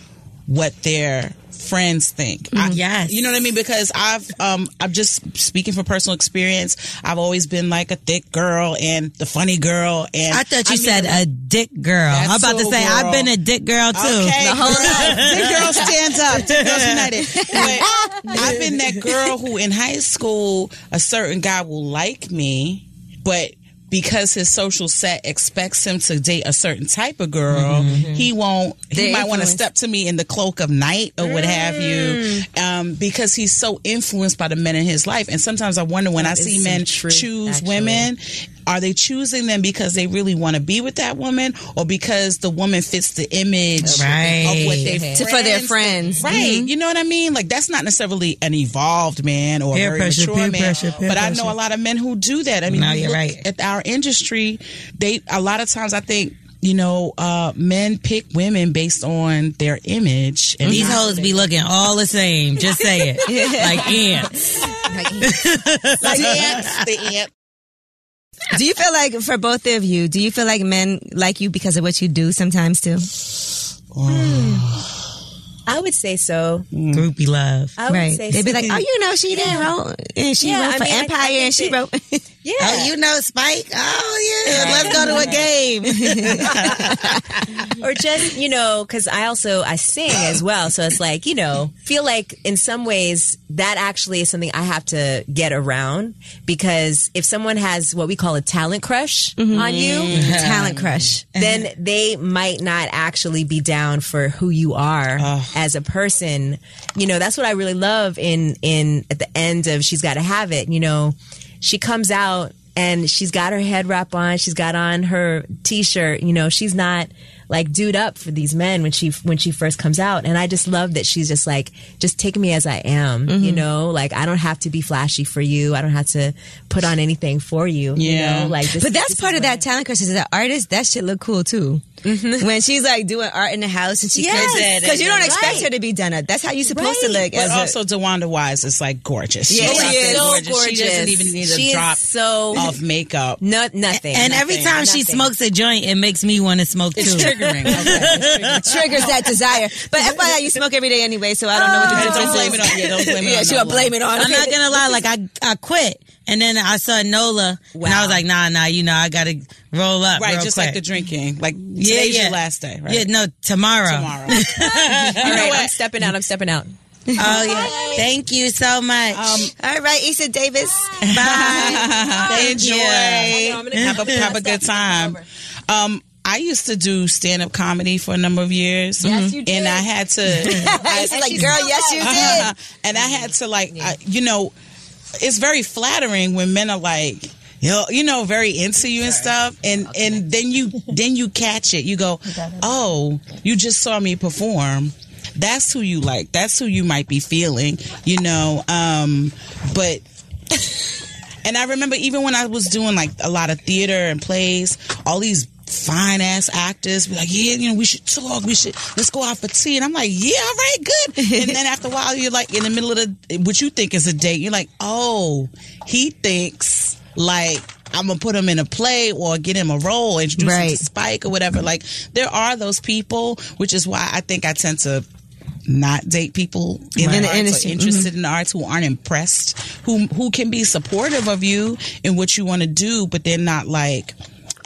what their friends think. I,
Mm-hmm. yes.
you know what I mean. Because I've um I'm just speaking from personal experience. I've always been like a thick girl and the funny girl, and
I thought you
mean,
said a dick girl. I'm
That's
about to
so,
say I've
girl.
been a dick girl too.
Okay,
The whole-
girl. Big girl stands up. Big girls united. But I've been that girl who, in high school, a certain guy will like me, but because his social set expects him to date a certain type of girl,
Mm-hmm.
he won't. he might want to step to me in the cloak of night or what have you,
Mm.
um, because he's so influenced by the men in his life. And sometimes I wonder when I see men choose women, are they choosing them because they really want to be with that woman, or because the woman fits the image of what they
To- for their friends.
Right.
Mm-hmm.
You know what I mean? Like that's not necessarily an evolved man or a
Peer
very
pressure,
mature
peer
man.
pressure, peer
but I
pressure.
know a lot of men who do that. I mean,
No,
you
you're
look
right.
At our industry, they a lot of times I think you know uh, men pick women based on their image. And
These
not-
hoes be looking all the same. Just say it. Like ants.
the ants, the ant.
Do you feel like, for both of you, do you feel like men like you because of what you do sometimes too?
I would say so.
Groupie love.
I would say
They'd be
so.
like, oh, you know, she didn't wrote, and she
Yeah,
wrote
I
for
mean, I- I
Empire,
think
and she
that-
wrote.
yeah.
Oh, you know Spike? Oh, yeah. Let's go to a game.
or just you know because i also i sing as well so it's like you know feel like in some ways that actually is something i have to get around because if someone has what we call a talent crush on you
Talent crush.
then they might not actually be down for who you are as a person. You know, that's what I really love in in at the end of She's Gotta Have It, you know, she comes out and she's got her head wrap on, she's got on her t shirt, you know, she's not like dude up for these men when she when she first comes out. And I just love that she's just like, just take me as I am,
Mm-hmm.
you know, like I don't have to be flashy for you. I don't have to put on anything for you.
Yeah.
You know, like this,
But that's part of that talent crush. Is that artist? That should look cool too.
Mm-hmm.
When she's like doing art in the house and she
Yes.
yes, because you don't expect
Right.
her to be done up. That's how you're supposed to
Right.
look.
But
as a-
also, DeWanda Wise is like gorgeous.
Yeah,
She's
oh, she
out there
is. So
She doesn't
gorgeous.
even need a
She is
drop
so-
of makeup.
no, nothing.
And every
nothing,
time she
nothing.
smokes a joint, it makes me want to smoke too.
It's triggering.
triggers that desire. But FYI, you smoke every day anyway, so I don't know what the
don't
difference
blame it
is.
on you. Don't blame it
yeah,
on
Oh.
she gonna
Nola.
blame it on.
I'm
me.
not gonna lie, like I I quit. And then I saw Nola, and I was like, "Nah, nah, you know, I gotta roll up,
Right,
real
just like
quick.
the drinking. Like
yeah,
today's
yeah,
your last day, right?
Yeah, no, tomorrow.
Tomorrow.
All right, I'm stepping out. I'm stepping out.
Oh yeah, thank you so much.
All right, Issa Davis.
Bye.
enjoy. Have a, have a good time. Um, I used to do stand up comedy for a number of years. Yes, you did. And I had to. I,
She's like, girl, yes, you did.
and I had to, like, I- you know, it's very flattering when men are like, you know, you know, very into you and stuff, and and then you then you catch it. You go, oh, you just saw me perform. That's who you like. That's who you might be feeling. You know, um, but And I remember even when I was doing like a lot of theater and plays, all these fine ass actors be like, yeah, you know, we should talk, we should let's go out for tea. And I'm like, yeah, all right, good. And then after a while, you're like in the middle of the what you think is a date. You're like, oh, he thinks like. I'm gonna put him in a play or get him a role, introduce him
Right.
to Spike or whatever. Like there are those people, which is why I think I tend to not date people in the, arts or
industry.
interested in the arts who aren't impressed, who who can be supportive of you and what you want to do, but they're not like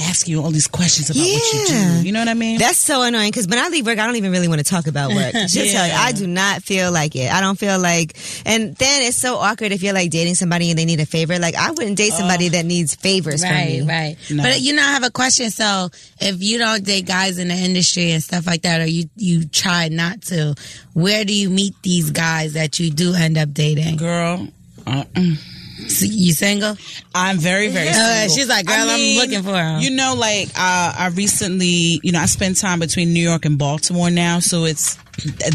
asking you all these questions about what you
Yeah.
do. You know what I mean?
That's so annoying because when I leave work, I don't even really want to talk about work. Just tell you, I do not feel like it. I don't feel like, and then it's so awkward if you're like dating somebody and they need a favor. Like I wouldn't date somebody that needs favors from
Right,
me.
right. But you know, I have a question. So, if you don't date guys in the industry and stuff like that, or you you try not to, where do you meet these guys that you do end up dating?
girl.
uh-uh.
Uh,
S- You single?
I'm very, very.
Uh,
single.
she's like, girl, I'm looking for him.
You know, like uh, I recently, you know, I spend time between New York and Baltimore now, so it's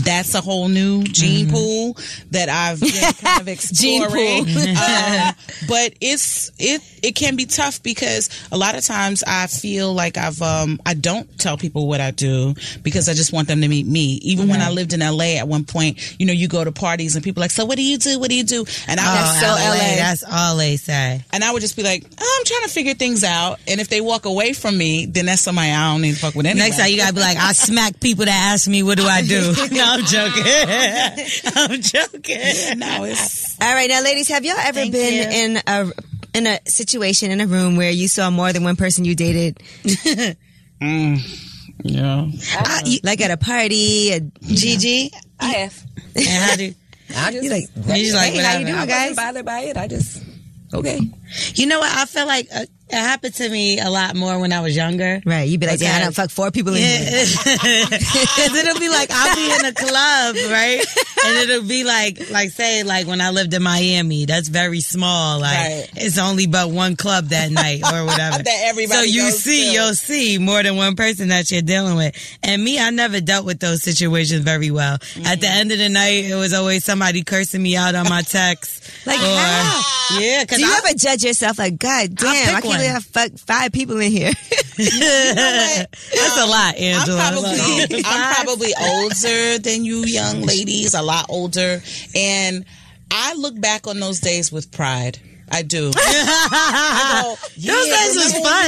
that's a whole new gene
Mm-hmm.
pool that I've been kind of exploring. um, but it's it it can be tough because a lot of times I feel like I've um I don't tell people what I do because I just want them to meet me. Even when I lived in LA at one point, you know, you go to parties and people are like, so what do you do? What do you do? And I was so LA.
Oh, That's all they say.
And I would just be like, "Oh, I'm trying to figure things out. And if they walk away from me, then that's somebody I don't need to fuck with anyway.
Next time you gotta be like, I smack people that ask me, what do I do? no, I'm joking. I'm joking.
no, it's
All right, now, ladies, have y'all ever been in a in a situation in a room where you saw more than one person you dated,
yeah.
Uh, you- like at a party, a GG?
I have.
And how do
I just,
You like-
you just like
Hey, how you
whatever.
doing,
I
I
guys?
wasn't bothered by it. I just okay.
You know what? I feel like uh, it happened to me a lot more when I was younger.
Right, you'd be like, damn, I don't fuck four people in here.
Because it'll be like I'll be in a club, right? And it'll be like, like say, like when I lived in Miami, that's very small. Like
Right.
it's only but one club that night or whatever.
That everybody
So you
goes
see,
to.
you'll see more than one person that you're dealing with. And me, I never dealt with those situations very well. At the
Mm-hmm.
end of the night, it was always somebody cursing me out on my text.
Like,
or,
how?
Yeah, because
Do you
I,
ever judge yourself like, God damn, I can't
pick
believe
one.
I fucked five people in here?
that's a lot,
I'm
Angela.
probably I'm probably older than you young ladies, a lot older. And I look back on those days with pride. I do. I go, yeah,
days was
remember when you
fun.
were-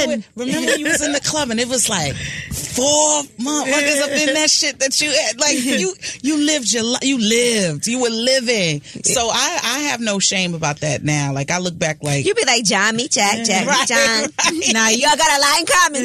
remember when you was in the club and it was like four motherfuckers up in that shit that you had. Like you, you lived your life. You lived. You were living. So I, I have no shame about that now. Like I look back, like
You'd be like, John, me, Jack, Jack, me,
Right,
John.
right.
Now y'all got a lot in common.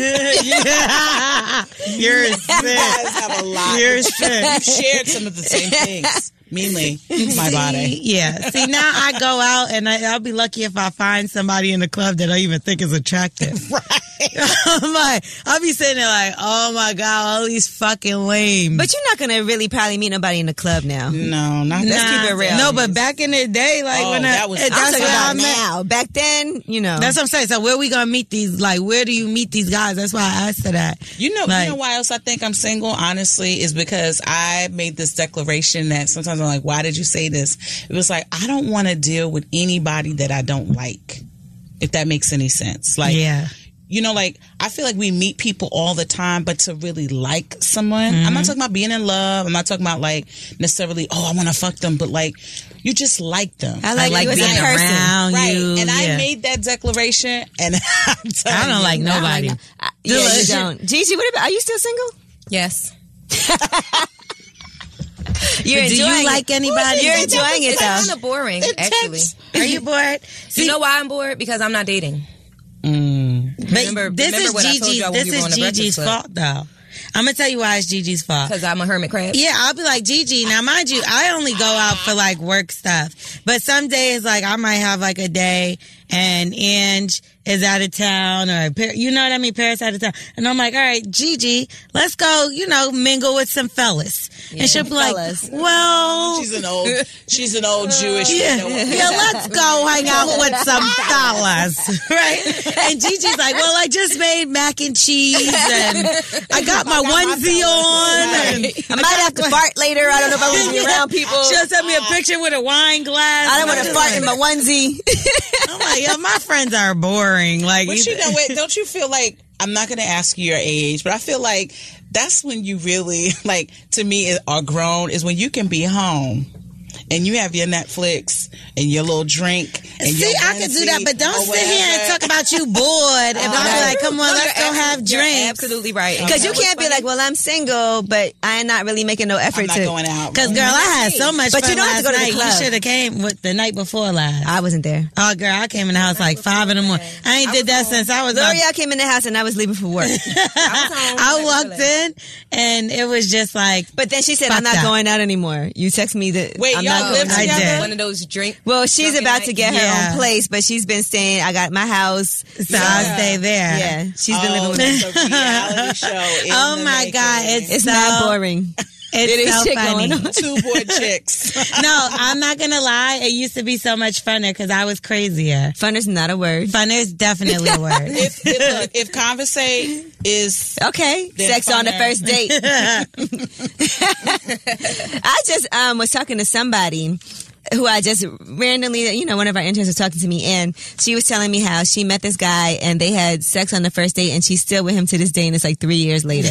You're sick.
guys have a lot.
You're sick.
You've shared some of the same things. Mainly my body.
Yeah. See, now I go out and I, I'll be lucky if I find somebody in the club that I even think is attractive. Right. I'm like, I'll be sitting there like, oh my God, all these fucking lame.
but you're not gonna really probably meet nobody in the club now.
No, not let's keep it real.
No, but back in the day, like
Oh,
when I,
that was- I'm
I'm
that's
talking
where I
about
met.
now. Back then, you know.
That's what I'm saying. So where we gonna meet these? Like, where do you meet these guys? That's why I asked for that.
You know,
Like-
you know why else I think I'm single, honestly, is because I made this declaration that sometimes I'm like, why did you say this? It was like, I don't want to deal with anybody that I don't like, if that makes any sense. Like,
yeah.
you know, like I feel like we meet people all the time, but to really like someone, I'm
Mm-hmm.
not talking about being in love. I'm not talking about like necessarily, oh, I want to fuck them, but like you just like them.
I like, you as a
being
person.
around
right.
you.
and I
yeah.
made that declaration, and I'm telling
I don't
you,
like nobody.
I- yeah, you don't. Gigi, what about, are you still single?
Yes.
You're
do you like anybody?
You're enjoying it
It's
though.
kind of boring, actually.
Are you bored?
Do you know why I'm bored? Because I'm not dating.
But
Remember-
this
remember
is
what I told
Gigi's.
y'all
This
when we were
is
on the Breakfast
Gigi's
Club?
fault, though. I'm gonna tell you why it's Gigi's fault.
Because I'm a hermit crab.
Yeah, I'll be like Gigi. Now, mind you, I only go out for like work stuff. But some days, like I might have like a day, and Ange is out of town, or Pa- you know what I mean, Paris out of town, and I'm like, all right, Gigi, let's go, you know, mingle with some fellas. and she'll be like,
fellas.
well,
She's an old, she's an old Jewish.
yeah,
you know what?
yeah, let's go hang out with some fellas, right? And Gigi's like, well, I just made mac and cheese, and I got my onesie on, and
I might have to fart later. I don't know if I want to be around people.
She'll send me a picture with a wine glass.
I don't want to
I'm
fart in
just
my onesie.
like, like, yo, my friends are boring. Like,
But you know what? Don't you feel like I'm not going to ask you your age, but I feel like that's when you really like to me it- are grown is when you can be home. And you have your Netflix and your little drink. And
See,
your
I could do that,
Hennessy
but
or
don't sit here and
whatever.
talk about you bored. If I'm like, come on, let's go have drinks.
Absolutely right.
Because you can't be like, well, I'm single, but I'm not really making no effort
I'm not
to.
going out.
Because girl, I had so much
But
fun
you don't have to go to
last
the
night.
club.
You should have came with the night before last.
I wasn't there.
Oh girl, I came in the house like five in the morning. I ain't did that since I was. about-
L'Oreal came in the house and Oh, I was leaving for work.
I walked in and it was just like
But then she said,
Fuck
I'm not
that.
going out anymore. You text me that
Wait,
I'm
y'all
not
live
going out.
I
together?
did.
One of those drink.
Well, she's
drunken
about
night-
to get her
Yeah.
own place, but she's been staying, I got my house.
so I'll stay there.
Yeah, she's been living
Oh,
with me.
it's a reality show. in
Oh
the
my
making.
god, it's
It's
so,
not boring.
It's
It is
so
shit
funny.
going on.
two bored chicks.
no, I'm not gonna lie. It used to be so much funner because I was crazier.
Fun is not a word.
Funner is definitely a word.
if, if, look, if conversate is
Okay,
Then
sex on the
funner.
first date. I just um, was talking to somebody who I just randomly, you know, one of our interns was talking to me, and she was telling me how she met this guy and they had sex on the first date, and she's still with him to this day, and it's like three years later.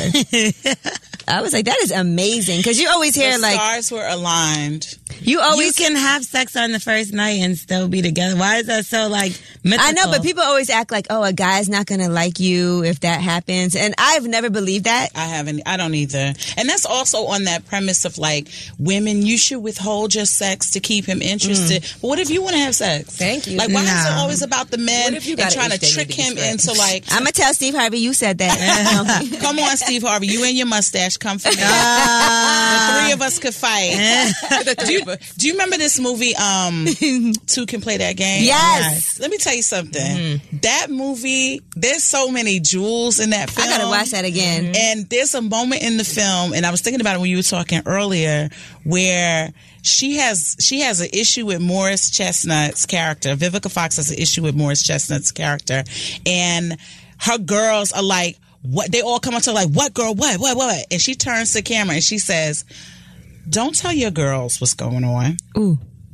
I was like, that is amazing because you always hear
the
like
stars were aligned.
you
you
always.
can have sex on the first night and still be together. Why is that so like mythical?
I know, but people always act like, oh, a guy's not gonna like you if that happens, and I've never believed that.
I haven't. I don't either. And that's also on that premise of like women, you should withhold your sex to keep him interested. But what if you want to have sex?
Mm. Thank you.
Like, why is it
No.
always about the men
What if you
and
got an
trying to
itch that
trick
need to be
him
scratched?
into like,
I'm gonna tell Steve Harvey you said that.
come on, Steve Harvey, you and your mustache, come for me. the three of us could fight. do, you, do you remember this movie? Um, Two can play that game.
yes.
Let me tell you something.
Mm-hmm.
That movie, there's so many jewels in that film.
I gotta watch that again.
And there's a moment in the film, and I was thinking about it when you were talking earlier, where she has she has an issue with Morris Chestnut's character. Vivica Fox has an issue with Morris Chestnut's character, and her girls are like, "What?" They all come up to her like, "What girl? What? What? What?" And she turns to the camera and she says, "Don't tell your girls what's going on."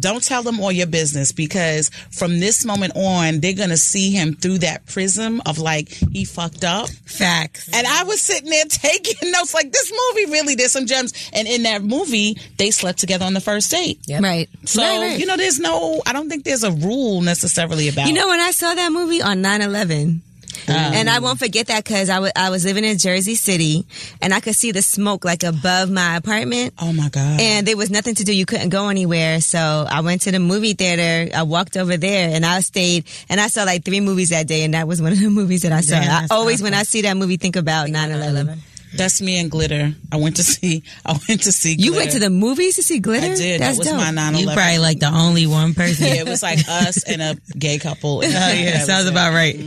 Don't tell them all your business because from this moment on, they're gonna see him through that prism of like he fucked up.
facts.
And I was sitting there taking notes like this movie really did some gems. And in that movie, they slept together on the first date.
Right.
So, you know, there's no, I don't think there's a rule necessarily about
You know, when I saw that movie on 9 11,
Mm.
and I won't forget that because I wa- I was living in Jersey City and I could see the smoke like above my apartment.
Oh my God.
And there was nothing to do. You couldn't go anywhere. So I went to the movie theater. I walked over there and I stayed and I saw like three movies that day. And that was one of the movies that I saw.
Damn,
I
that's
always, when I see that movie, think about 9 11.
That's me and Glitter. I went to see, I went to see
You
Glitter.
went to the movies to see Glitter?
I did.
That's
that was
dope.
my 9
You probably like the only one person.
it was like us and a gay couple. Oh,
yeah, sounds about right.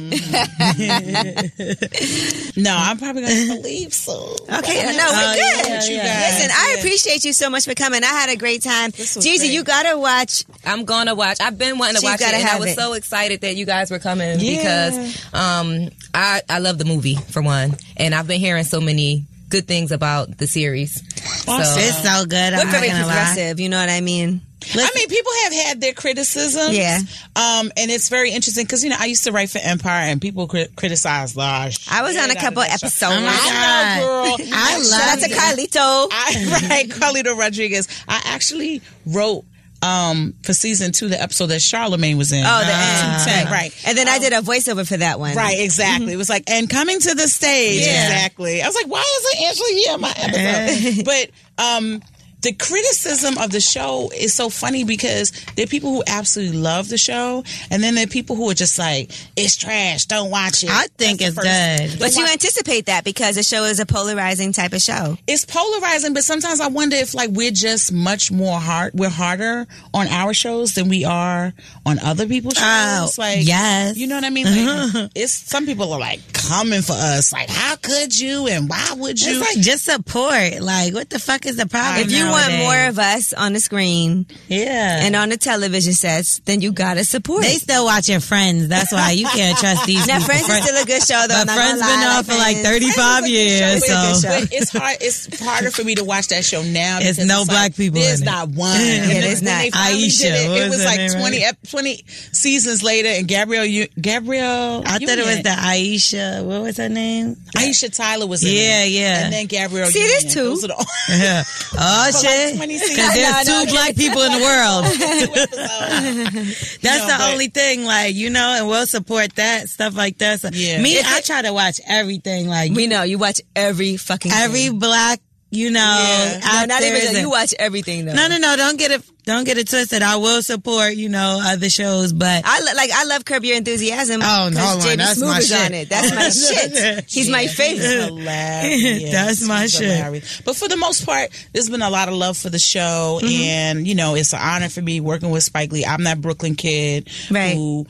No, I'm probably going to leave soon.
Okay, no, we're good.
Oh, yeah, yeah.
Listen, I appreciate you so much for coming. I had a great time.
was
Gigi,
great.
you gotta watch.
I'm gonna watch. I've been wanting to
She's
watch it,
gotta
and
have
I was
it.
so excited that you guys were coming because um, I I love the movie for one, and I've been hearing so many good things about the series. So
It's so good. I'm
We're
not
very
gonna lie.
progressive. You know what I mean?
I mean, people have had their criticisms.
Yeah.
Um, and it's very interesting because, you know, I used to write for Empire and people cri- criticized Lash.
I was on a couple episodes.
Oh my
Oh I know,
god!
girl.
I
Shout out
love
to Carlito.
I right, Carlito Rodriguez. I actually wrote um for season two the episode that Charlemagne was in. Ah.
Oh, the end.
210, right.
And
Oh.
then I did a voiceover for that one.
Right, exactly. It was like, and coming to the stage. Exactly. I was like, why isn't Ashley here in my episode? but um the criticism of the show is so funny because there are people who absolutely love the show, and then there are people who are just like, it's trash, don't watch it.
I think
That's the
it's
first-
good.
But you anticipate that because the show is a polarizing type of show.
it's polarizing, but sometimes I wonder if like we're just much more hard. We're harder on our shows than we are on other people's shows.
Oh,
like
yes.
you know what I mean. Like, it's some people are like, coming for us. Like, how could you and why would you?
It's like just support. Like, what the fuck is the problem?
If you want
nowadays?
more of us on the screen
yeah.
and on the television sets, then you gotta support.
they still watching Friends. That's why you can't trust these.
now,
people.
Friends is still a good show, though.
But Friends been on for like 35 years, so-
But it's hard. It's harder for me to watch that show now.
It's
because
no
like,
black people
There's
in it.
not one.
there's
When they
not.
finally did
Aisha,
It,
what
it
was
was
her
like
name,
20, ep- 20 seasons later, and Gabrielle, you, Gabrielle.
I thought it was
Union-
the Aisha. What was her name? Oh,
Aisha Tyler was in
Yeah,
it.
yeah.
And then Gabrielle.
See, there's two.
Union. Those are the
Yeah. Oh shit!
20
Because
seasons.
there's two black people in the world.
two episodes.
That's
No,
the
but-
only thing, like you know, and we'll support that stuff like that. So,
Yeah.
Me,
If
I try to watch everything, like
We know you watch every fucking
every black, you know,
Yeah. No,
out
Not
there
even
is a-
you watch everything though.
No, no, no! Don't get it, don't get it twisted. I will support, you know, other shows, but
I lo- like I love Curb Your Enthusiasm.
Oh, no,
'cause
no,
Jaden
that's my
Smooth is
shit.
on it. That's my shit. He's my favorite.
hilarious.
That's my
He's
shit.
hilarious. But for the most part, there's been a lot of love for the show,
Mm-hmm.
and you know, it's an honor for me working with Spike Lee. I'm that Brooklyn kid
Right.
who.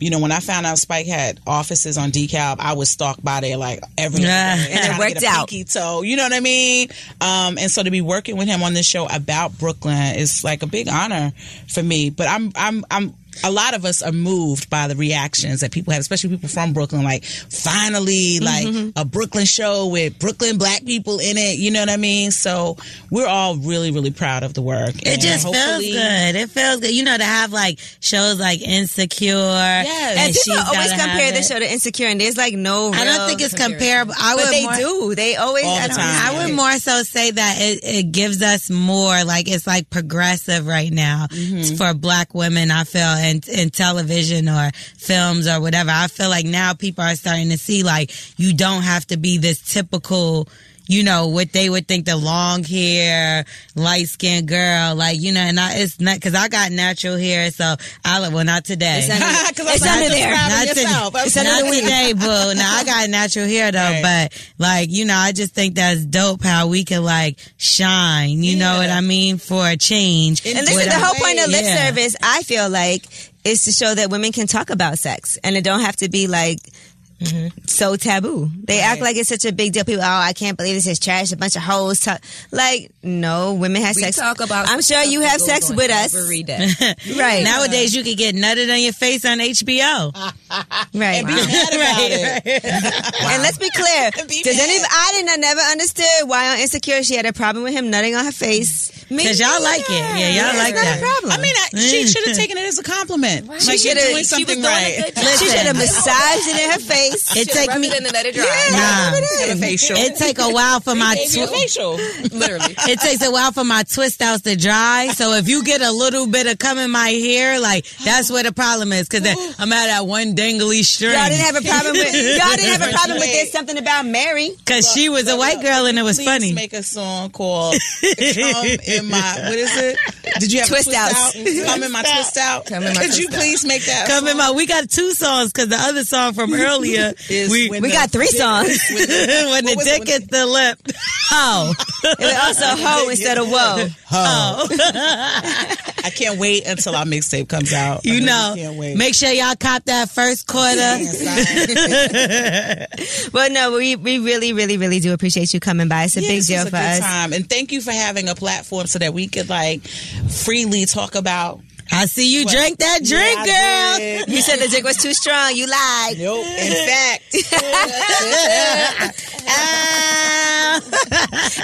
You know, when I found out Spike had offices on Decalb, I was stalked by there like every
Yeah.
day,
And it
trying to
worked
get a
out.
pinky toe. You know what I mean? Um, and so to be working with him on this show about Brooklyn is like a big honor for me. But I'm, I'm, I'm. A lot of us are moved by the reactions that people have, especially people from Brooklyn. Like, finally, like a Brooklyn show with Brooklyn black people in it. You know what I mean? So we're all really, really proud of the work.
It just feels good. It feels good. You know, to have like shows like Insecure. Yes.
And people always compare the show to Insecure, and there's like no. Real
I don't think it's comparable. I would
But they
more,
do. They always.
All the
I don't
time.
know.
I would more so say that it, it gives us more, like it's like progressive right now
Mm-hmm.
for black women, I feel, in, in television or films or whatever. I feel like now people are starting to see like you don't have to be this typical, you know, what they would think the long hair, light skinned girl, like, you know, and I, it's not, cause I got natural hair, so I, look- well, not today.
Because I'm not describing yourself. I'm
It's under today, boo. Now I got natural hair though, but like you know, I just think that's dope how we can like shine. You know what I mean for a change.
And this is the whole point of lip
Yeah.
service. I feel like is to show that women can talk about sex, and it don't have to be like. So taboo. They act like it's such a big deal. People, oh, I can't believe this is trash. A bunch of hoes talk. Like, no, women have
We
sex.
talk about.
I'm sure you
stuff
have
that
sex
goes on
with us,
every day.
right?
Nowadays, you can get nutted on your face on HBO.
right. And let's be clear. Does any? I didn't. I never understood why on Insecure she had a problem with him nutting on her face.
Because y'all like it. Yeah, y'all like
not a
that. Mm.
problem.
I mean, I, she should have taken it as a compliment. Like,
She
you're
shoulda- she
doing
was
something
doing a
right.
good job.
she
Listen.
should have massaged it in her face.
It take
Rub
me.
it in and let it dry.
Nah.
Have a facial.
It take a while for my
Gave you a
tw-
facial.
Literally.
it takes a while for my twist outs to dry. So if you get a little bit of cum in my hair, like that's where the problem is. Cause then I'm at that one dangly string.
Y'all didn't have a problem with. Y'all didn't have a problem with this. Something about Mary.
Cause she was a white girl and it was
Please
funny.
make a song called "Come in My." What is it? Did you have a
Twist
twist
outs.
out? Come in my twist out.
Come in my
Could
twist
you
out.
please make that?
Come in
song?
my, we got two songs cause the other song from earlier,
Is
we,
when
We
the-
got three songs.
when the-
when the
was it?
dick
When
hits the lip. Oh,
It was also hoe instead of whoa.
I can't wait until our mixtape comes out. I
you
really
know,
can't wait.
make sure y'all cop that first quarter.
Well, no, we we really, really, really do appreciate you coming by. It's a
Yeah,
big
this
deal
was a
for
good
us.
Time. Um, And thank you for having a platform so that we could like freely talk about.
I see you drink that drink,
I
girl.
did.
You said the dick was too strong. You lied.
Nope. In fact,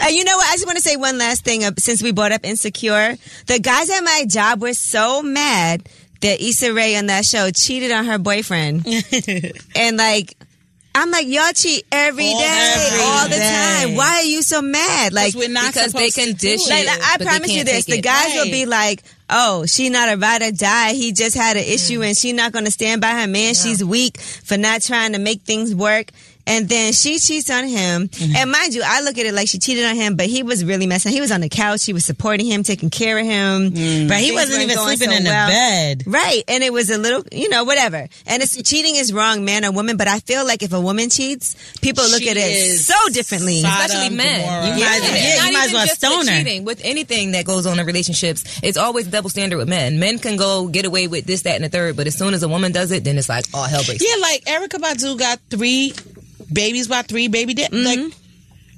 And you know what? I just want to say one last thing. uh, Since we brought up Insecure, the guys at my job were so mad that Issa Rae on that show cheated on her boyfriend, and like. I'm like, y'all cheat every day,
All every
all the
day.
time. Why are you so mad? Like,
we're not
Because they
supposed
can
to do
dish
it.
it.
Like, I
but they
promise you
can't
this:
take
the
it.
guys will be like, "Oh, she not a ride or die. He just had an issue, and she not going to stand by her man. She's weak for not trying to make things work." And then she cheats on him. And mind you, I look at it like she cheated on him, but he was really messing. He was on the couch. He was supporting him, taking care of him.
But he
Mm. Things
wasn't
weren't
even
going
sleeping
so
in the
well.
bed.
Right. And it was a little, you know, whatever. And it's cheating is wrong, man or woman. But I feel like if a woman cheats, people look
She
at it
is
so differently.
especially
Sodom,
men.
Gomorrah.
You might,
Yeah.
and
Yeah,
not
you might as
even
well
just with
stone her.
cheating with anything that goes on in relationships. It's always double standard with men. Men can go get away with oh, this, that, and the third, but as soon as a woman does it, then it's like all hell breaks.
Yeah, like Erica Badu got three
babies by three, baby dad.
Mm-hmm.
Like,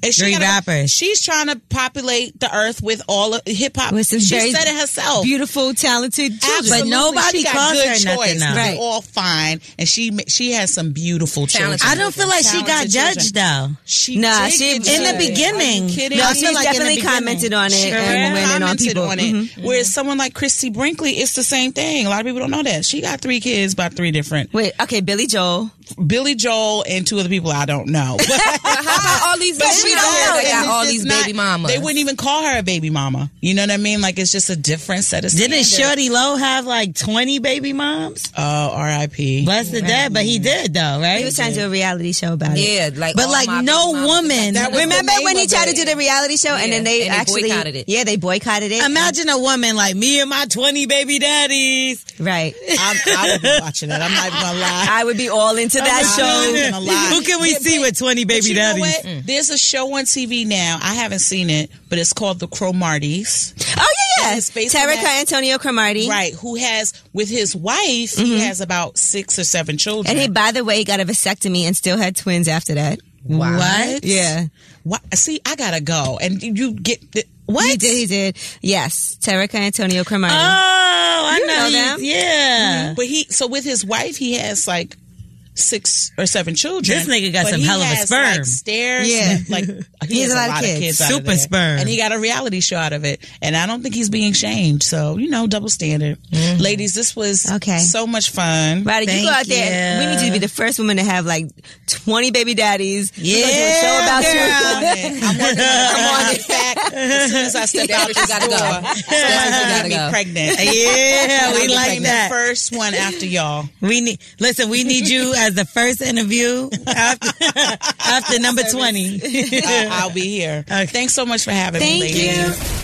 and she
Three
gotta-
rappers.
She's trying to populate the earth with all of hip hop. She
With some very
said it herself.
Beautiful, talented children.
But
Absolutely.
nobody
she got
calls
good
her nothing
choice.
now.
They're
Right.
all fine, and she ma- she has some beautiful children.
Talented.
I don't feel like she got
Talented children.
judged though.
She
Nah,
did
she-
get
in the
judged. Are you
beginning.
kidding
No,
me?
she's definitely commented on it
She
and went in on
commented
people. Mm-hmm.
on it. Whereas someone like Christy Brinkley, it's the same thing. A lot of people don't know that she got three kids by three different
Wait, okay, Billy Joel.
Billy Joel and two other people I don't know.
But how about all these
But
babies
she
out here
does.
that got
It's
all
just
these
not-
baby mamas?
They wouldn't even call her a baby mama. You know what I mean? Like it's just a different set of
Didn't
standards.
Shorty Low have like 20 baby moms?
Oh, R.I.P.
Bless the dead, but he did though, right?
He was trying to do a reality show about it.
Yeah, like
But
all
like
my
no
baby mamas.
woman.
That was the
Remember
name
when he
of
tried to
it.
do the reality show and
Yeah,
then they
and they
actually
boycotted it.
Yeah, they boycotted it.
Imagine a woman like me and my 20 baby daddies.
right.
I'm, I would be watching it. I'm not even gonna lie.
I would be all into
Oh,
that
not
show.
even gonna lie.
Who can we
Yeah,
see
but-
with 20
But
baby
you know
daddies?
what? There's a show on TV now. I haven't seen it, but it's called The Cromarties.
Oh yeah, yeah.
And it's based on
Terica
that-
Antonio Cromartie.
Right, who has with his wife, he has about six or seven children.
And he, by the way, got a vasectomy and still had twins after that.
Wow. What?
Yeah.
What? See, I gotta go. And you- you get the, what?
He did. He did. Yes, Terica Antonio Cromartie.
Oh, I
You know
you-
them.
Yeah.
Mm-hmm. But he so with his wife, he has like six or seven children.
This nigga got
But
some
he
hell of a
has,
sperm.
Like stairs.
Yeah.
like he, has, a lot, of kids. out of
Super
there.
sperm.
And he got a reality show out of it. And I don't think he's being shamed. So you know, double standard. Ladies, this was
Okay.
so much fun.
Right, you
Thank
go out there.
you.
We need you to be the first woman to have like twenty baby daddies. We're gonna do a show
Yeah,
about
girl.
you.
I'm on it. I'm working on it. I'm on it. In fact, as soon as I step out
That's
this
what you gotta go.
door,
That's what
somebody's
you gotta
gonna get
go.
me pregnant.
Yeah, we
I'll be
like
pregnant.
that.
First one after y'all.
We need listen. We need you as the first interview after, after number twenty.
I- I'll be here. Thanks so much for having
Thank
me, ladies.
you.